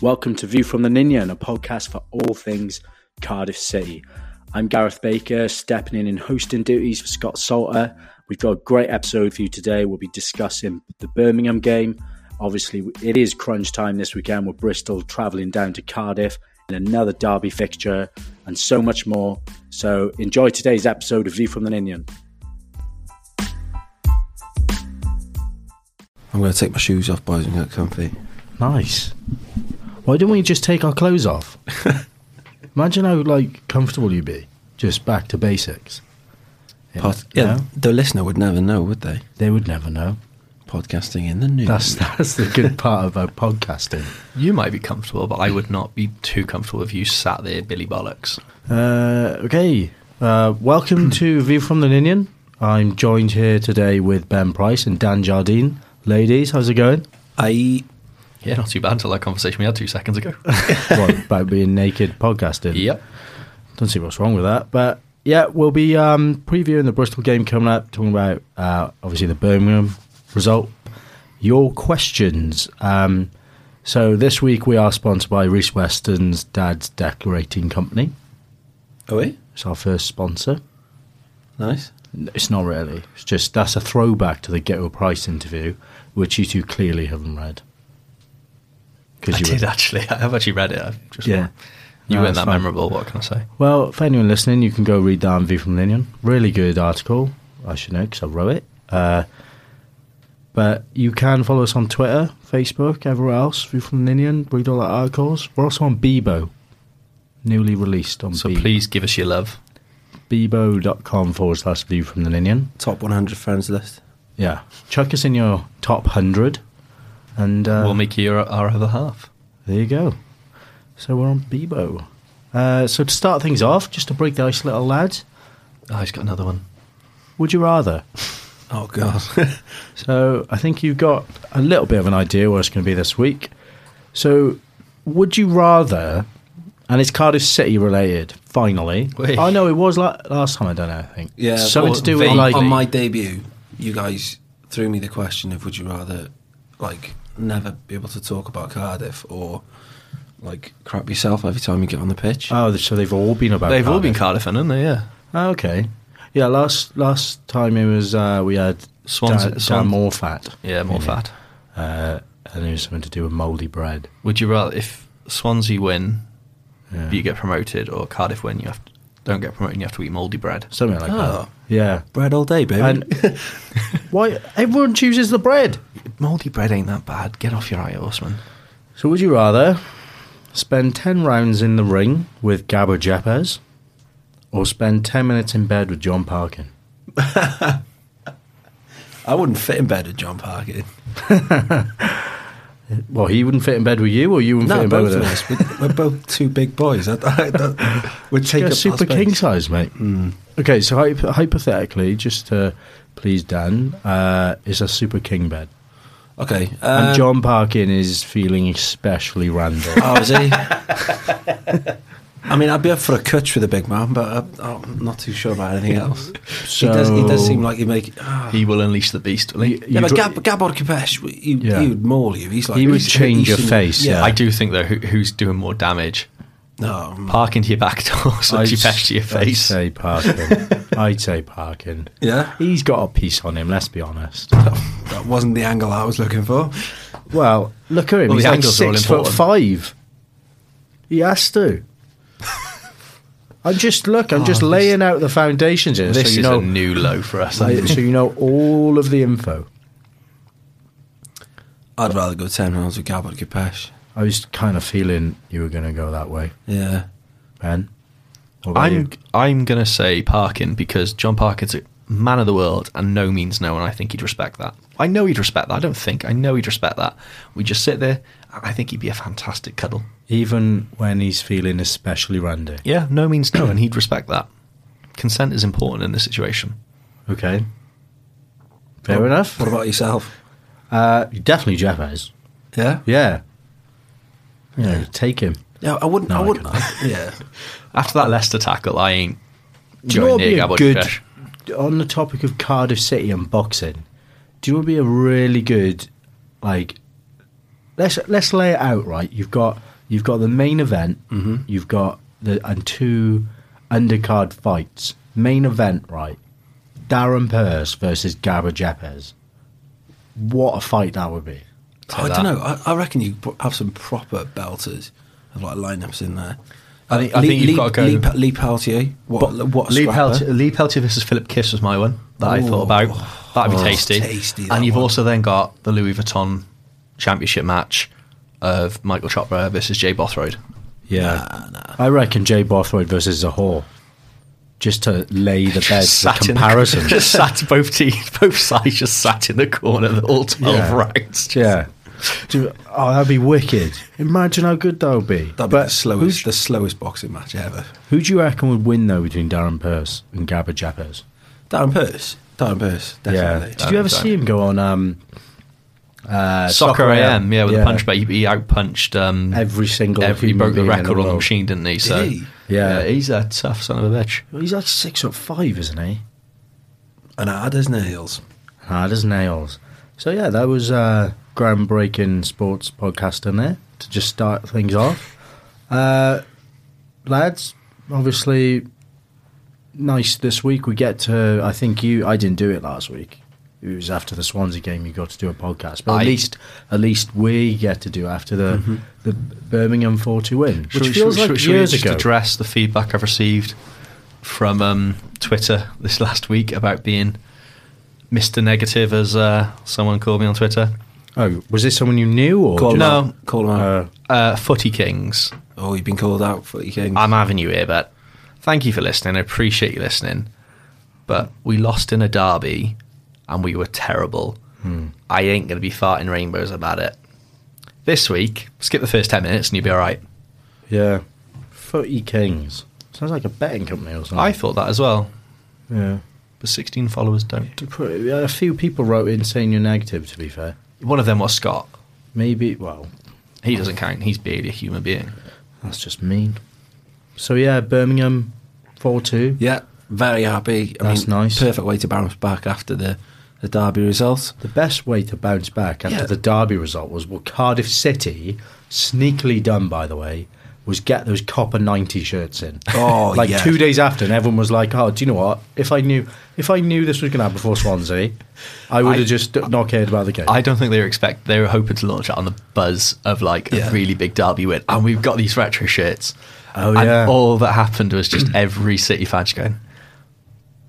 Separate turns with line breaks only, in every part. Welcome to View from the Ninian, a podcast for all things Cardiff City. I'm Gareth Baker, stepping in in hosting duties for Scott Salter. We've got a great episode for you today. We'll be discussing the Birmingham game. Obviously, it is crunch time this weekend with Bristol travelling down to Cardiff in another derby fixture and so much more. So, enjoy today's episode of View from the Ninian.
I'm going to take my shoes off, boys, and get comfy.
Nice. Why don't we just take our clothes off? Imagine how like comfortable you'd be. Just back to basics. Yeah,
Pod- yeah,
no?
the listener would never know, would they?
they would never know.
Podcasting in the news.
That's that's the good part about podcasting.
You might be comfortable, but I would not be too comfortable if you sat there, Billy Bollocks.
Uh, okay. Uh, welcome to View from the Ninian. I'm joined here today with Ben Price and Dan Jardine. Ladies, how's it going?
I
Yeah, not too bad until that conversation we had two seconds ago.
what, about being naked podcasting?
yep.
Don't see what's wrong with that. But yeah, we'll be um, previewing the Bristol game coming up, talking about uh, obviously the Birmingham result. Your questions. Um, so this week we are sponsored by Reese Weston's Dad's Decorating Company.
oh wait,
It's our first sponsor.
nice.
N- It's not really. It's just that's a throwback to the Ghetto Price interview, which you two clearly haven't read.
I
Because
did actually. I have actually read it. I've just
Yeah.
You
No,
weren't
it's
that
fine.
memorable. What can I say?
Well, for anyone listening, you can go read that on View from the Ninian. Really good article. I should know because I wrote it. Uh, but you can follow us on Twitter, Facebook, everywhere else. View from the Ninian. Read all our articles. We're also on Bebo, newly released on
So
Be-
please give us your love.
Bebo.com forward slash View from the Ninian.
Top 100 friends list.
Yeah. Chuck us in your top 100. And uh,
we'll make you our, our other half.
There you go. So we're on Bebo. Uh, so to start things off, just to break the ice, a little lads,
Oh, he's got another one.
would you rather?
Oh god.
So I think you've got a little bit of an idea what it's going to be this week. So would you rather? And it's Cardiff City related. Finally,
Wait.
I know it was la- last time. I don't know. I think
yeah,
something
well,
to do with
on,
vaguely.
like
on my debut, you guys threw me the question of would you rather, like, never be able to talk about Cardiff or like crap yourself every time you get on the pitch.
oh, so they've all been about.
They've all
Cardiff.
been Cardiff, haven't they? Yeah.
Oh, okay, yeah. Last last time it was uh, we had Dan,
Swansea-
Dan
Swan-
Morfat,
Yeah, more
Yeah.
fat.
uh, and it was something to do with mouldy bread.
Would you rather, if Swansea win,
Yeah.
you get promoted, or Cardiff win, you have to, don't get promoted, and you have to eat mouldy bread?
Something like
Oh.
that. Yeah.
bread all day, baby.
And why everyone chooses the bread?
Mouldy bread ain't that bad. Get off your eye, horseman.
So would you rather spend 10 rounds in the ring with Gabo Japes or spend 10 minutes in bed with John Parkin?
I wouldn't fit in bed with John Parkin.
Well, he wouldn't fit in bed with you or you wouldn't fit
No,
in bed with
both of
him?
us. We're, we're both two big boys. I, I, that would take
You're
up our
super
space.
king size, mate.
Hmm.
Okay, so hy- hypothetically, just to please Dan, uh, it's a super king bed.
Okay.
And
Um,
John Parkin is feeling especially random.
Oh, is he? I mean, I'd be up for a cutch with a big man, but I'm, I'm not too sure about anything else.
so
he, does, he does seem like he'd make. ah.
He will unleash the beast, will he?
You-
yeah, but
dro-
Gab, Gabor Kapesh, he,
Yeah.
he would maul you. He's like
He would
he's-
change your
he's-
face, yeah.
I do think though, who, who's doing more damage?
No, um,
Parking to your back doors or
I'd
you bash to your
s-
face?
I'd say Parkin. I'd say Parkin.
yeah,
He's got a piece on him, let's be honest.
that wasn't the angle I was looking for.
Well, look at him.
Well,
He's
the
like
angles are all
six foot
important.
five. He has to. I'm just look. I'm just laying out the foundations here,
Oh, This
so you
is
know,
a new low for us.
I- so you know all of the info.
I'd rather go ten rounds with Gabor Kapesh.
I was kind of feeling you were going to go that way,
Yeah,
Ben. What about you?
I'm I'm gonna say Parkin because John Parkin's a man of the world and no means no, and I think he'd respect that. I know he'd respect that. I don't think. I know he'd respect that. We just sit there. and I think he'd be a fantastic cuddle.
even when he's feeling especially randy.
Yeah, no means no, and he'd respect that. Consent is important in this situation.
Okay, fair enough.
What about yourself?
Uh, definitely Jeffers.
Yeah,
Yeah, you know, take him.
yeah. I wouldn't.
No,
I
I
wouldn't. yeah,
After that Leicester tackle, I ain't
Do you know what would
going near
be a
Gabor
good
Kapesh.
on the topic of Cardiff City and boxing? Do you know what would be a really good like let's let's lay it out right. You've got you've got the main event. You've got the and two undercard fights. Main event, right? Darren Purse versus Gabba Jepes. What a fight that would be!
Oh, I don't know. I, I reckon you pro- have some proper belters of like lineups in there. I
think- I think you've gotta go-
Lee, Pa- Lee Peltier. What, what a
Lee
scrapper.
Peltier, Lee Peltier versus Philip Kiss was my one that I thought
Ooh.
about. That'd be
Oh,
tasty.
tasty, that
and you've
one.
also then got the Louis Vuitton Championship match of Michael Chopra versus Jay Bothroyd.
Yeah, I reckon Jay Bothroyd versus Zahor. Just to lay the bed for
in the-
comparison.
just sat both teams, both sides just sat in the corner the all twelve
Yeah.
rounds. Just-
yeah. Do- oh, that'd be wicked. Imagine how good that would be.
That'd be the slowest, the slowest boxing match ever.
Who do you reckon would win though between Darren Purse and Gabba Japes?
Darren Purse. Darren Purse, definitely.
Did you ever see him go on um, uh,
Soccer, AM, yeah, with the punch bag, he, he outpunched um,
Every single
every- he
human
broke the
being in
record
the
on the
world.
machine, didn't he? So
he?
Yeah.
he's a tough son of a bitch.
He's like six foot five, isn't he?
And hard as nails.
Hard as nails. So yeah, that was uh, groundbreaking sports podcast in there to just start things off. Uh, lads, obviously nice this week. We get to I think you I didn't do it last week. It was after the Swansea game you got to do a podcast. But
I- Mm-hmm.
at least at least we get to do after the the Birmingham four two win. Which
Should we-
feels
should we-
like
should we
years
just
ago.
address the feedback I've received from um, Twitter this last week about being Mr. Negative, as uh, someone called me on Twitter.
oh, was this someone you knew or
Call him
No.
out. Call him out.
uh,
Uh, Footy Kings,
oh, you've been called out, Footy King.
I'm having you here, but thank you for listening. I appreciate you listening. But we lost in a derby and we were terrible.
Hmm.
I ain't going to be farting rainbows about it. This week, skip the first 10 minutes and you'll be all right.
Yeah. Footy Kings. Sounds like a betting company or something.
I thought that as well,
yeah.
but 16 followers don't.
To put it- A few people wrote in saying you're negative, to be fair.
One of them was Scott.
Maybe, well,
He doesn't count. He's barely a human being.
that's just mean. So, yeah, Birmingham 4 2.
yeah, very happy. I
That's nice.
Perfect way to bounce back after the, the derby result.
The best way to bounce back after
Yeah.
the Derby result was what Cardiff City, sneakily done, by the way, was get those copper 90 shirts in.
Oh,
like
yeah.
two days after, and everyone was like, oh, do you know what? If I knew. If I knew this was going to happen before Swansea, I would
I-
have just not cared about the game.
I don't think they were expect. They were hoping to launch it on the buzz of like
Yeah.
a really big derby win, and we've got these retro shirts.
Oh,
and
yeah.
all that happened was just every City fan just going,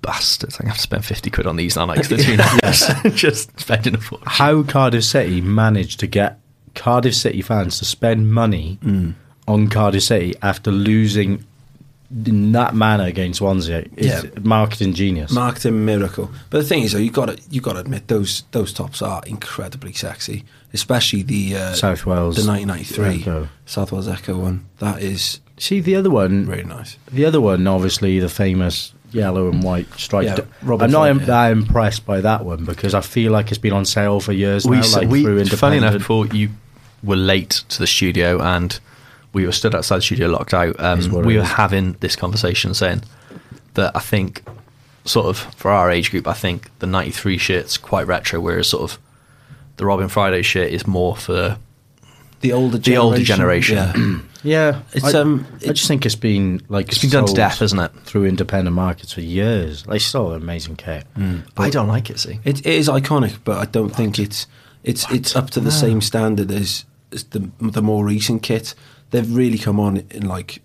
"Bastards! I'm gonna have to spend fifty quid on these now." Like, 'cause they're too nice. just spending a fortune.
how Cardiff City managed to get Cardiff City fans to spend money
Mm.
on Cardiff City after losing in that manner against Swansea is
Yeah.
marketing genius.
Marketing miracle. But the thing is, though, you got to you got to admit those those tops are incredibly sexy, especially the uh,
South Wales
the 1993
Echo.
South Wales Echo one. That is
See the other one,
really nice.
the other one, obviously the famous yellow and white
Yeah,
striped.
Robin
I'm not
Ford,
im-
yeah.
that impressed by that one because I feel like it's been on sale for years
we,
now.
s-
like
we-
through
funny enough,
Independent.
Paul, you were late to the studio, and we were stood outside the studio, locked out. Um,
Is what
we
it
were
is.
having this conversation, saying that I think, sort of, for our age group, I think the '93 shirt's quite retro, whereas sort of the Robin Friday shirt is more for
The older
The older
Yeah.
yeah,
It's,
I,
um,
I
it-
just think it's been like
it's been done to
sold
death, isn't it?
through independent markets for years. They sell amazing kit.
I don't like it. See,
It, it is iconic, but I don't think it's it's it's up to the same standard as, as the the more recent kit. They've really come on in like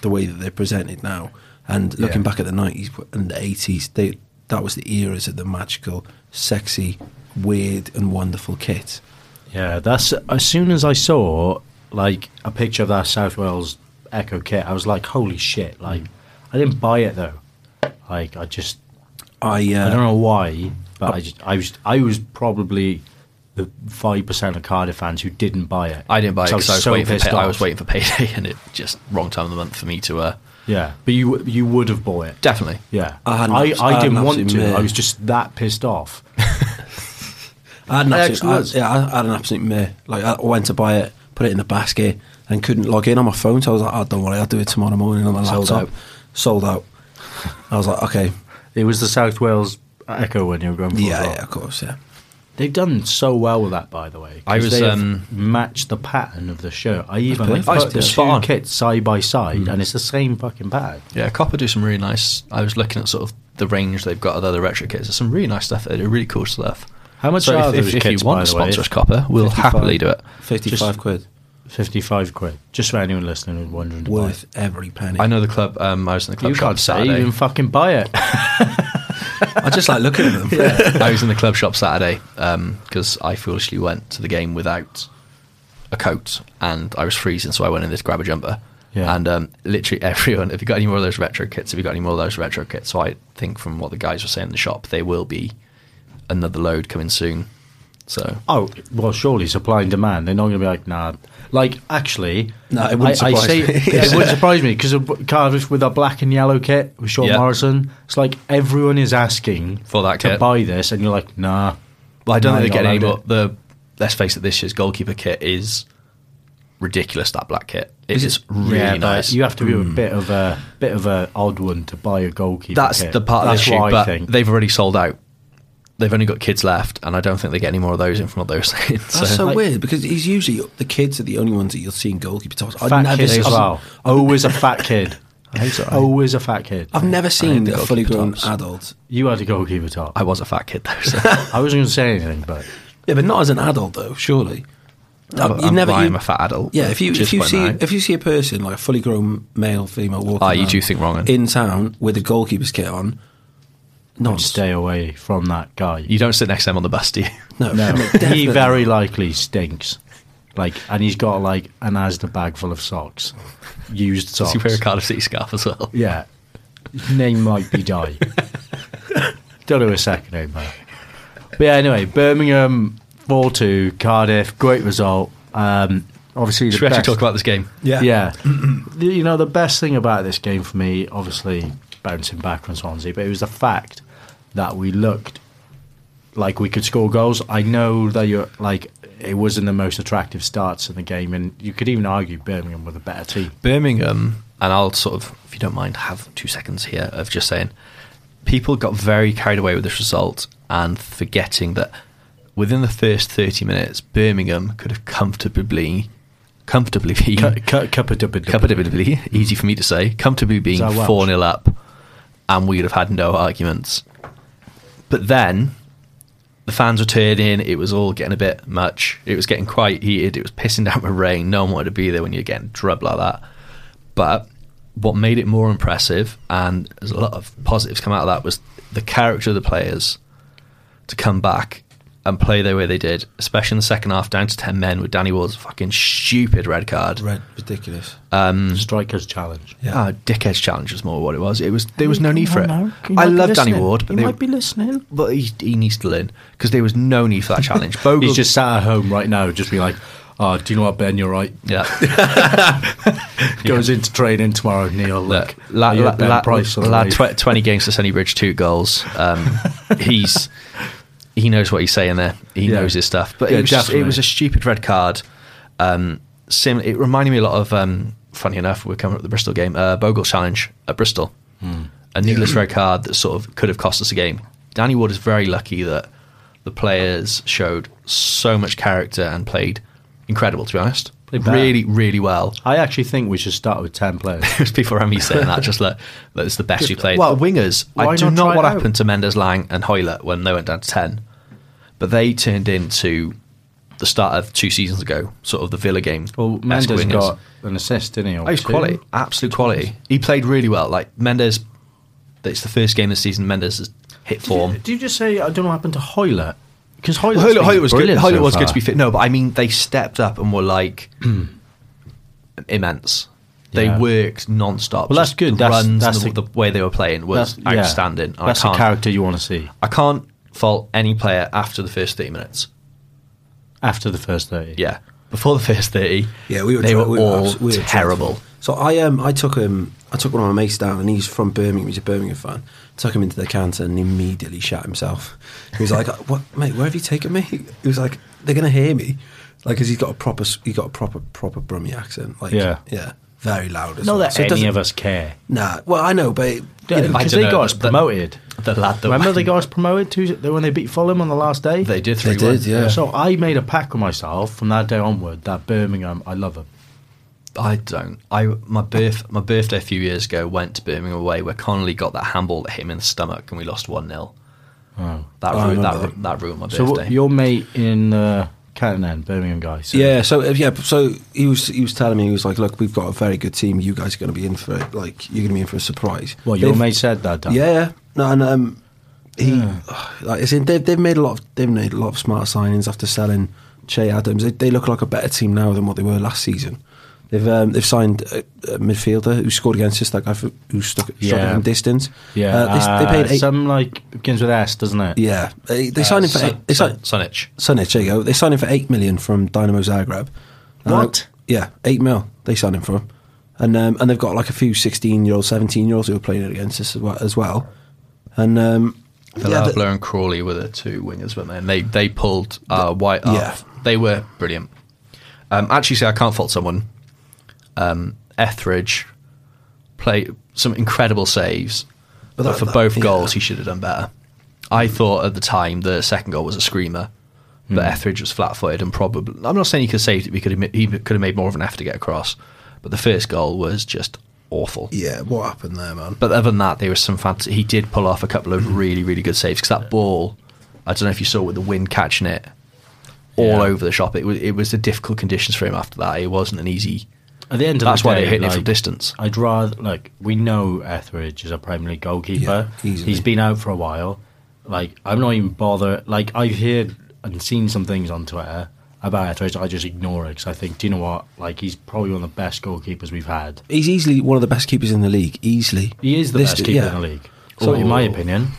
the way that they're presented now. And looking
Yeah.
back at the nineties and the eighties, they that was the eras of the magical, sexy, weird, and wonderful kit.
Yeah, that's as soon as I saw like a picture of that South Wales Echo kit, I was like, "Holy shit!" Like, I didn't buy it though. Like, I just
I uh,
I don't know why, but I just I was I was probably the five percent of Cardiff fans who didn't buy it.
I didn't buy it
So
because I was, waiting for
pissed
pay- I was
off.
waiting for payday, and it just wrong time of the month for me to uh,
Yeah, but you you would have bought it.
definitely.
Yeah,
I had an
I,
abs- I
I
had an
didn't want
absolute
to.
mare.
I was just that pissed off.
I had an
It
absolute,
actually
I,
was.
yeah, I, I had an absolute mare. Like I went to buy it, put it in the basket, and couldn't log in on my phone. So I was like, "Oh, don't worry, I'll do it tomorrow morning on my
Sold out.
laptop." Sold out. I was like, "Okay,
It was the South Wales Echo when you were going for.
yeah,
as well.
yeah, of course, yeah."
They've done so well with that, by the way. 'cause
I was,
they have
um,
matched the pattern of the shirt. I even they
believe I
put the
did.
two
Spot on. Mm.
kits side by side, and it's the same fucking pattern.
Yeah, Copper do some really nice. I was looking at sort of the range they've got of other retro kits. There's some really nice stuff. They're really cool stuff.
How much
So
are
if, if-
those
if
kits,
you want
by
to
the way?
sponsor us, Copper, we'll
55
happily do it.
55 quid.
Fifty-five quid. Just for anyone listening who's wondering. to buy
Worth every penny.
I know the club. Um, I was in the
it.
club
You
shop
can't say you
Saturday.
didn't fucking buy it.
I just like looking at them.
I was in the club shop Saturday because I foolishly went to the game without a coat and I was freezing, so I went in this grab a jumper.
Yeah.
And um, literally everyone, have you got any more of those retro kits? Have you got any more of those retro kits? So I think from what the guys were saying in the shop, there will be another load coming soon. So
Oh well, surely supply and demand. They're not going to be like, nah. Like actually,
No, it wouldn't
I, I
surprise
say,
me.
it wouldn't surprise me because Cardiff with a black and yellow kit with Sean
Yeah.
Morrison, it's like everyone is asking
For that
to
kit.
buy this, and you're like, nah.
Well, I don't
No,
think they're
not
getting any
allowed
more. The let's face it, this year's goalkeeper kit is ridiculous. That black kit it is, really
yeah, but
nice.
You have to be a bit of a bit of a odd one to buy a goalkeeper.
That's
kit.
the part of
That's
the issue.
what I
But
think.
they've already sold out. They've only got kids left, and I don't think they get any more of those in from what they were saying. So,
That's so, weird because he's usually the kids are the only ones that you'll see in goalkeeper tops.
fat kid as
I've,
well. Always a fat kid. Always a fat kid.
I've never seen a
goalkeeper
fully grown
tops.
adult.
You had a goalkeeper top.
I was a fat kid though. So.
I wasn't going to say anything, but
Yeah, but not as an adult though. Surely, Uh,
I'm, I am a fat adult.
Yeah,
but
if you
just
if you
by
see
now.
if you see a person like a fully grown male female walking,
Ah, you
around
do think wrong, then.
in town with a goalkeeper's kit on. Not
stay away from that guy.
you don't sit next to them on the bus, do you?
no,
No,
definitely
he very likely stinks. Like, and he's got like an Asda bag full of socks, used
Does
socks.
you wear a Cardiff City scarf as well?
yeah, his name might be Di. Don't know a second name, man. But yeah, anyway, Birmingham four two, Cardiff, great result. Um, obviously, the
Should we actually
best-
talk about this game?
Yeah.
yeah. The- you know, the best thing about this game for me, obviously bouncing back from Swansea, but it was the fact that we looked like we could score goals. I know that you're like it wasn't the most attractive starts in the game, and you could even argue Birmingham were the better team.
Birmingham, and I'll sort of, if you don't mind, have two seconds here of just saying people got very carried away with this result and forgetting that within the first 30 minutes, Birmingham could have comfortably, comfortably been, comfortably, easy for me to say, comfortably being
that Welsh?
4 0 up, and we would have had no arguments. But then the fans were turning, it was all getting a bit much, it was getting quite heated, it was pissing down with rain, no one wanted to be there when you're getting drubbed like that. But what made it more impressive, and there's a lot of positives come out of that, was the character of the players to come back and play the way they did, especially in the second half, down to 10 men with Danny Ward's fucking stupid red card.
red ridiculous.
strikers challenge.
Yeah.
Ah, dickhead's challenge was more what it was. It was there was no need for it.
Now, you might
I
be
love Danny
listening.
Ward, but
you
they,
might be listening.
but he, he needs to learn because there was no need for that challenge. Bogle,
He's just sat at home right now, just be like, "Oh, do you know what, Ben? You're right."
yeah.
Goes into training tomorrow, Neil. Look,
Look, lad,
you're
lad,
Ben
lad,
Price on the
lad
leave.
tw- twenty games to Sunny Bridge, two goals. Um, he's he knows what he's saying there. He
Yeah.
knows his stuff. But
Yeah,
it, was just, it
definitely.
was a stupid red card. Um, sim, it reminded me a lot of. Um, funny enough, we're coming up with the Bristol game. Uh, Bogle challenge at Bristol,
Hmm.
a needless red card that sort of could have cost us a game. Danny Wood is very lucky that the players showed so much character and played incredible. To be honest,
Played better.
really, really well.
I actually think we should start with ten players.
There's people around me saying that, just like that it's the best you played.
well,
Well, wingers,
why
I do
not
not
try
know what
it out?
happened to Mendes Lang and Hoyler when they went down to 10, but they turned into the start of two seasons ago, sort of the Villa game.
Well,
esque
Mendes
wingers.
got an assist, didn't he? or
Oh, he's
two?
quality, absolute quality. He played really well. Like Mendes, it's the first game of the season. Mendes has hit form.
Did you just say I don't know what happened to Hoyler? Because Hoyler,
Well, Hoyler, Hoyler was good. Hoyler was good to be fit. No, but I mean, they stepped up and were like immense. They
Yeah.
worked non-stop.
Well, that's
Just
good.
The
That's-
runs
that's
and the,
the-
the way they were playing was outstanding. And I
That's the
can't,
character you want to see
I can't fault any player after the first thirty minutes.
after the first thirty.
Yeah, before the first thirty,
Yeah, we were.
they
try-
were
we
all
abs- we were
terrible.
dreadful. So I um I took um I took one of my mates down, and he's from Birmingham. He's a Birmingham fan. Took him into the canter, and he immediately shot himself. He was like, "What, mate? Where have you taken me?" He was like, "They're gonna hear me." Like, cause he's got a proper, s- he got a proper, proper Brummie accent. Like,
Yeah.
yeah, very loud as
Not
well.
that
So it
any
doesn't-
of us care.
Nah, well, I know, but it,
I
Because
don't
they
know,
got us
the-
promoted.
The lad that
Remember
went-
they got us promoted to, when they beat Fulham on the last day?
They did three.
they did, yeah.
So I made a pact with myself from that day onward that Birmingham, I love them.
I don't. I my birth my birthday a few years ago went to Birmingham away where Connolly got that handball that hit him in the stomach and we lost one 0 That
Oh, I
ruined, that,
remember
ru- that ruined my
So what-
birthday.
your mate in uh, Canton then, Birmingham guy. So
Yeah, so uh, yeah, so he was he was telling me he was like, look, we've got a very good team. You guys are going to be in for it. Like you're going to be in for a surprise.
Well, your
They've-
mate said that, Dan.
Yeah, yeah. No, and um, he like it's in, they've they've made a lot of they've made a lot of smart signings after selling Che Adams. They, they look like a better team now than what they were last season. They've um, they've signed a, a midfielder who scored against us. That guy who who stuck, struck
Yeah.
it from distance.
Yeah.
Uh, they, they
uh,
paid eight.
Some like begins with S, doesn't it?
yeah, they, they signed him for eight, they signed,
Uh, Sonich.
Sonic, there you go. They signed him for eight million from Dynamo Zagreb. And
What?
I- yeah, eight mil. They signed him for him, and um, and they've got like a few sixteen-year-old, seventeen-year-olds who are playing it against us as well. As well. And um, yeah,
Valabla
th-
and Crawley were the two wingers, weren't they? And they they pulled uh, White off.
Yeah.
They were brilliant. Um, actually, see, I can't fault someone. Um, Etheridge played some incredible saves, but,
that-
for
that-
both
yeah.
goals, he should have done better. I thought at the time the second goal was a screamer,
Hmm.
but Etheridge was flat-footed and probably. I'm not saying he could have saved it. He could have ma- he could have made more of an effort to get across, but the first goal was just awful.
yeah, what happened there, man?
But other than that, there was some fantastic. He did pull off a couple of really, really good saves because that ball, I don't know if you saw with the wind catching it all
Yeah.
over the shop. It was it was the difficult conditions for him after that. It wasn't an easy.
At the end of
That's
the
why
day,
they're hitting it from
like,
distance.
I'd rather like we know Etheridge is a Premier League goalkeeper.
Yeah, easily.
he's been out for a while. Like I'm not even bothered. Like I've heard and seen some things on Twitter about Etheridge. I just ignore it because I think, do you know what? Like he's probably one of the best goalkeepers we've had.
He's easily one of the best keepers in the league. Easily,
He is the
This-
best keeper
yeah.
in the league. So,
Ooh.
in my opinion,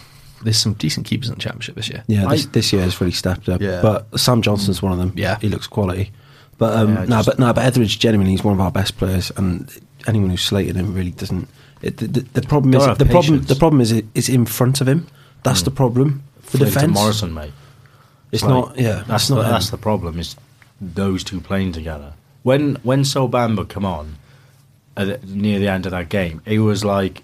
There's some decent keepers in the championship this year.
Yeah, this,
I-
this year has really stepped up.
Yeah.
But Sam Johnson's one of them.
Yeah.
he looks quality. But um,
Yeah, I
no,
just-
but no, but Etheridge genuinely he's one of our best players, and anyone who's slated him really doesn't. It, the, the, the problem is
Don't have
the problem.
patience.
The problem is it, it's in front of him. That's the problem. The
Flint and
defense.
Morrison, mate.
It's
Like,
not. Yeah,
That's
it's not.
the,
him.
that's the problem. Is those two playing together? When when Solbamba come on at the, near the end of that game, it was like,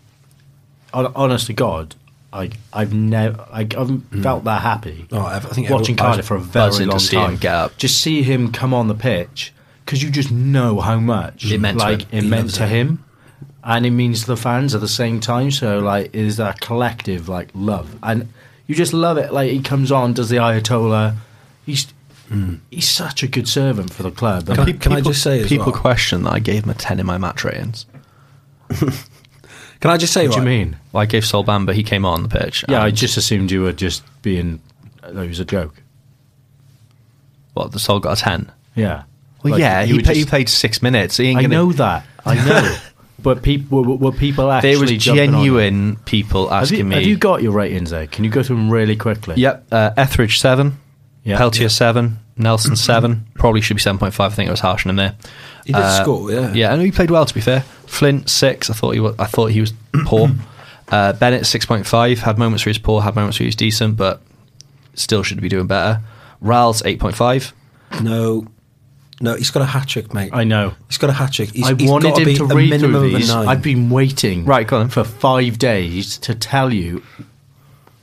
hon- honest to God, like I've never, like I've felt that happy.
Hmm. Oh, I've- I think
watching
I was
Cardiff for a very
buzzing to
long
see
time.
him get up.
Just see him come on the pitch because you just know how much
It meant to
like
him.
it
He
meant
loves
to
it.
him. And it means to the fans at the same time. So like, it is that collective like love, and you just love it. Like he comes on, does the Ayatollah. He's he's such a good servant for the club.
Can I- can I just say as
people
well-
question that I gave him a ten in my match ratings.
Can I just say
what do you
right,
mean? Um,
Well, I gave Sol Bamba. He came on the pitch.
Yeah, I
and-
just assumed you were just being. It was a joke.
what the Sol got a ten.
Yeah.
Well,
Like,
yeah,
you
he,
were
pa- he
just-
played six minutes. He ain't
I
gonna-
know that. I know. but people were, were people actually
There was
jumping on you?
genuine people
Have
asking
you,
me.
have you got your ratings there? Can you go through them really quickly?
Yep. Uh, Etheridge seven.
Yeah.
Peltier
Yeah.
seven. Nelson seven. Probably should be seven point five. I think I was harsh on him there. Uh,
He did score, yeah.
Yeah, and he played well to be fair. Flint six. I thought he was. I thought he was poor. Uh, Bennett six point five. Had moments where he was poor. Had moments where he was decent, but still should be doing better. Rals eight point five.
No, no, he's got a hat trick, mate.
I know.
He's got a hat trick. He's,
I
he's
wanted
gotta
him
be
to
a
read
minimum
through
of a
these.
nine.
I've been waiting
Right, go on.
for five days to tell you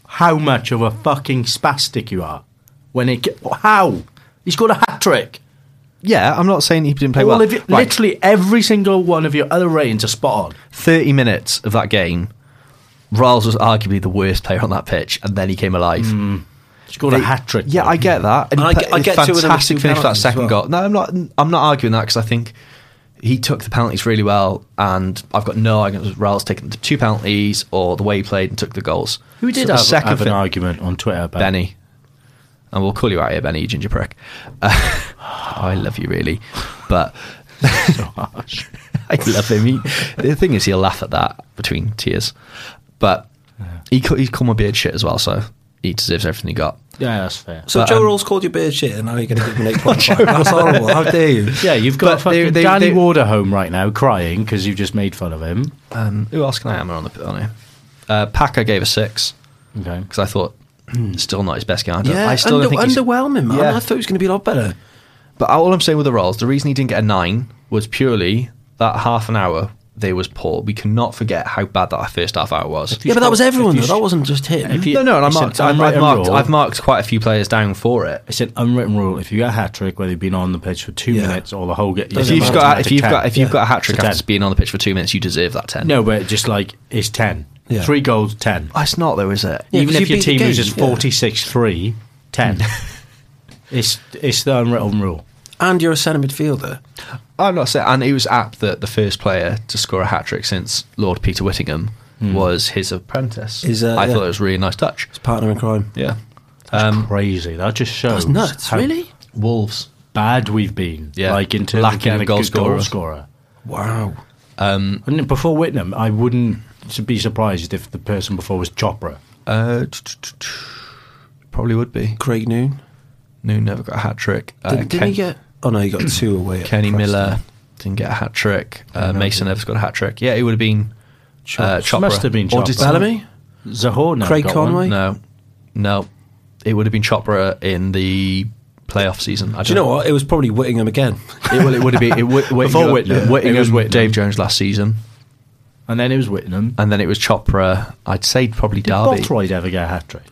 how much of a fucking spastic you are. When it get, how he's got a hat trick.
Yeah, I'm not saying he didn't play
All
well.
of you,
Right,
literally every single one of your other ratings are spot on.
thirty minutes of that game. Riles was arguably the worst player on that pitch, and then he came alive.
He's got a hat trick.
Yeah, I get that. And
And I
pa-
get- I get two of them with
fantastic
two
finish for that
penalties as
second
well.
goal. No, I'm not. I'm not arguing that because I think he took the penalties really well, and I've got no argument with Riles taking the two penalties or the way he played and took the goals.
Who did
So the
have, have an
fi-
argument on Twitter about
Benny? And we'll call you out here, Benny, you ginger prick. Uh, I love you really, but I love him. He, the thing is, he'll laugh at that between tears, but he he he's called my beard shit as well, so he deserves everything he got.
Yeah, that's fair.
so
but,
Joe
um,
Rolls called you beard shit, and now you're going to give him eight point five. That's horrible. How dare you?
Yeah, you've got
But
fucking
they- they-
Danny
they-
Warder home right now crying because you've just made fun of him.
Um, who else can I hammer on the on here? Uh, Packer gave a six
Okay.
because I thought still not his best game. I, don't-
Yeah,
I still
under,
don't think he's-
underwhelming, man.
Yeah.
I thought it was going to be a lot better.
But all I'm saying with the rolls, the reason he didn't get a nine was purely that half an hour they was poor. We cannot forget how bad that first half hour was.
Yeah, but that was everyone. Though. That wasn't just
if
him.
you-
no, no, and I
it's an
marked, I've, I've
unwritten
marked,
rule.
I've marked quite a few players down for it.
It's an unwritten rule. If you get a hat trick, whether you've been on the pitch for two
Yeah.
minutes or the whole game,
If
Doesn't
you've
matter.
got if you've got if you've
Yeah.
got a hat trick
It's a
after
10.
being on the pitch for two minutes, you deserve that ten.
no, but just like it's ten.
Yeah.
Three goals, ten.
it's not though, is it?
Yeah,
Even
'cause
if your
you beat the
team
game,
loses
yeah.
46 3, 10.
Hmm.
it's, it's the unwritten rule.
and you're a centre midfielder.
I'm Oh, not saying, and it was apt that the first player to score a hat trick since Lord Peter Whittingham
Hmm.
was his apprentice.
His, uh,
I
yeah.
thought it was a really nice touch.
It's partner in crime.
Yeah, Um,
Crazy. That just shows
That's nuts.
how
Really?
Wolves.
bad we've been.
Yeah.
Like in terms
Lacking
of getting
a
a
goal
good
scorer.
goal scorer.
Wow.
And before Whitnam, I wouldn't s- be surprised if the person before was Chopra.
Uh, t- t- t- t- probably would be.
Craig Noon.
No, never got a hat trick. Uh,
Did, did
Ken-
he get? Oh no, he got two away. at
Kenny
Preston.
Miller? Didn't get a hat trick. Uh, Mason Evans got a hat trick. Yeah, it would have been uh, Chopra.
Must have been
Or
Chopra.
did-
Bellamy.
Zahor, no,
Craig
got one.
Conway?
No, no, it would have been Chopra in the playoff season. I
Do you know what? It was probably Whittingham again.
It, well, it would have been it would, Whittingham-
Whitnam. It
Whittingham,
was Whitnam.
um, Dave Jones last season.
And then it was Whitnam.
and then it was Chopra. I'd say probably
Did
Derby.
Bothroyd ever get a hat trick?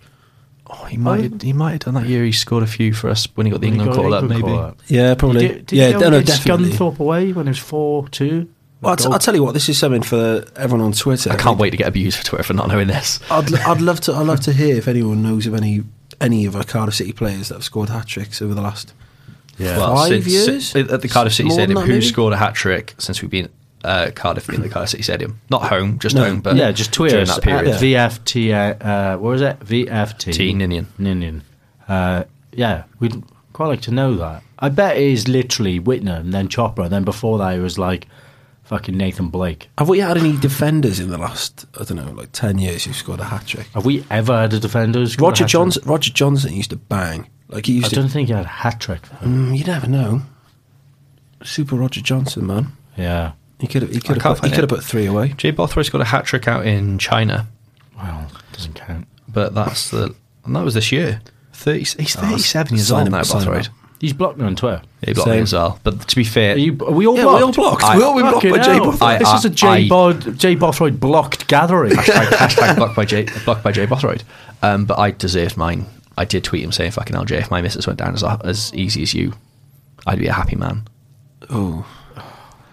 Oh, he might he might have done that year. He scored a few for us when he got the
When he
England
got
call up.
England
Maybe
call-up.
Yeah, probably.
Did,
yeah,
yeah,
no, no, definitely.
Scunthorpe away when it was 4 2?
Well, I'll, t- I'll tell you what. This is something for everyone on Twitter.
I can't wait to get abused for Twitter for not knowing this.
I'd, I'd love to. I'd love to hear if anyone knows of any any of our Cardiff City players that have scored hat tricks over the last.
Yeah.
Well, Five years?
si- at the Cardiff City
More than
Stadium,
that,
who
maybe?
scored a hat trick since we've been uh, Cardiff in the Cardiff City Stadium? Not home, just
No.
home, but
yeah, just tweet
during
us
that period.
at VFT. Uh, uh, what was it? VFT.
T Ninian.
Ninian. Uh, yeah, we'd quite like to know that. I bet it is literally Whitnam, then Chopra, then before that it was like fucking Nathan Blake.
Have we had any defenders in the last? I don't know, like ten years who scored a hat trick?
Have we ever had a defender? who's got a
Roger
hat-trick?
Johnson. Roger Johnson used to bang. Like he
I
used to.
don't think he had a hat trick.
Mm, you never know. Super Roger Johnson, man.
Yeah.
He could have. He could
I can't
have. Put, he
find
could have
it.
put three away.
Jay Bothroyd scored a hat trick out in China,
Well, doesn't count.
but that's the and that was this year. Thirty, he's thirty-seven years
sign
old
him-
now,
sign him
Bothroyd.
up.
He's blocked me on Twitter.
He blocked me
Same.
as well. But to be fair,
Are, you, are we all
Yeah,
blocked?
we all blocked.
I-
we all been blocked by
Fucking
Jay.
hell.
Bothroyd.
I-
This is a
I-
J. Bod, J. Bothroyd blocked gathering.
hashtag, hashtag blocked by Jay, blocked by Jay Bothroyd. Um, but I deserved mine. I did tweet him saying, "Fucking LJ, if my missus went down as as easy as you, I'd be a happy man."
Ooh.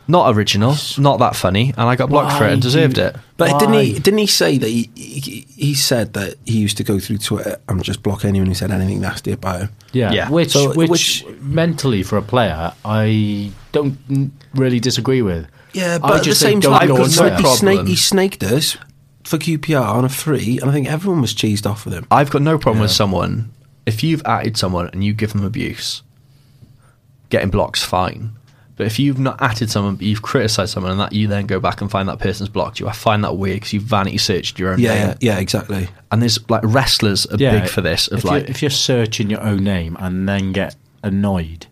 Not original, not that funny, and I got blocked for it
Why
and deserved
do-
it.
But didn't he?
Why?
Didn't he say that he, he? He said that he used to go through Twitter and just block anyone who said anything nasty about him.
Yeah,
Yeah.
Which,
So,
which,
which-
mentally for a player, I don't n- really disagree with.
Yeah,
I
but at the
just say
same
don't
time,
go
he,
on
sna-
Twitter.
he, snake,
Problem.
he snaked us for QPR on a free, and I think everyone was cheesed off with him.
I've got no problem with someone if you've atted someone and you give them abuse. Getting blocks fine, but if you've not atted someone, but you've criticised someone, and that you then go back and find that person's blocked you, I find that weird because you vanity searched your own
Yeah,
name.
yeah, yeah, exactly.
And there's like wrestlers are
Yeah,
big for this of
if
like
you're, if you're searching your own name and then get annoyed,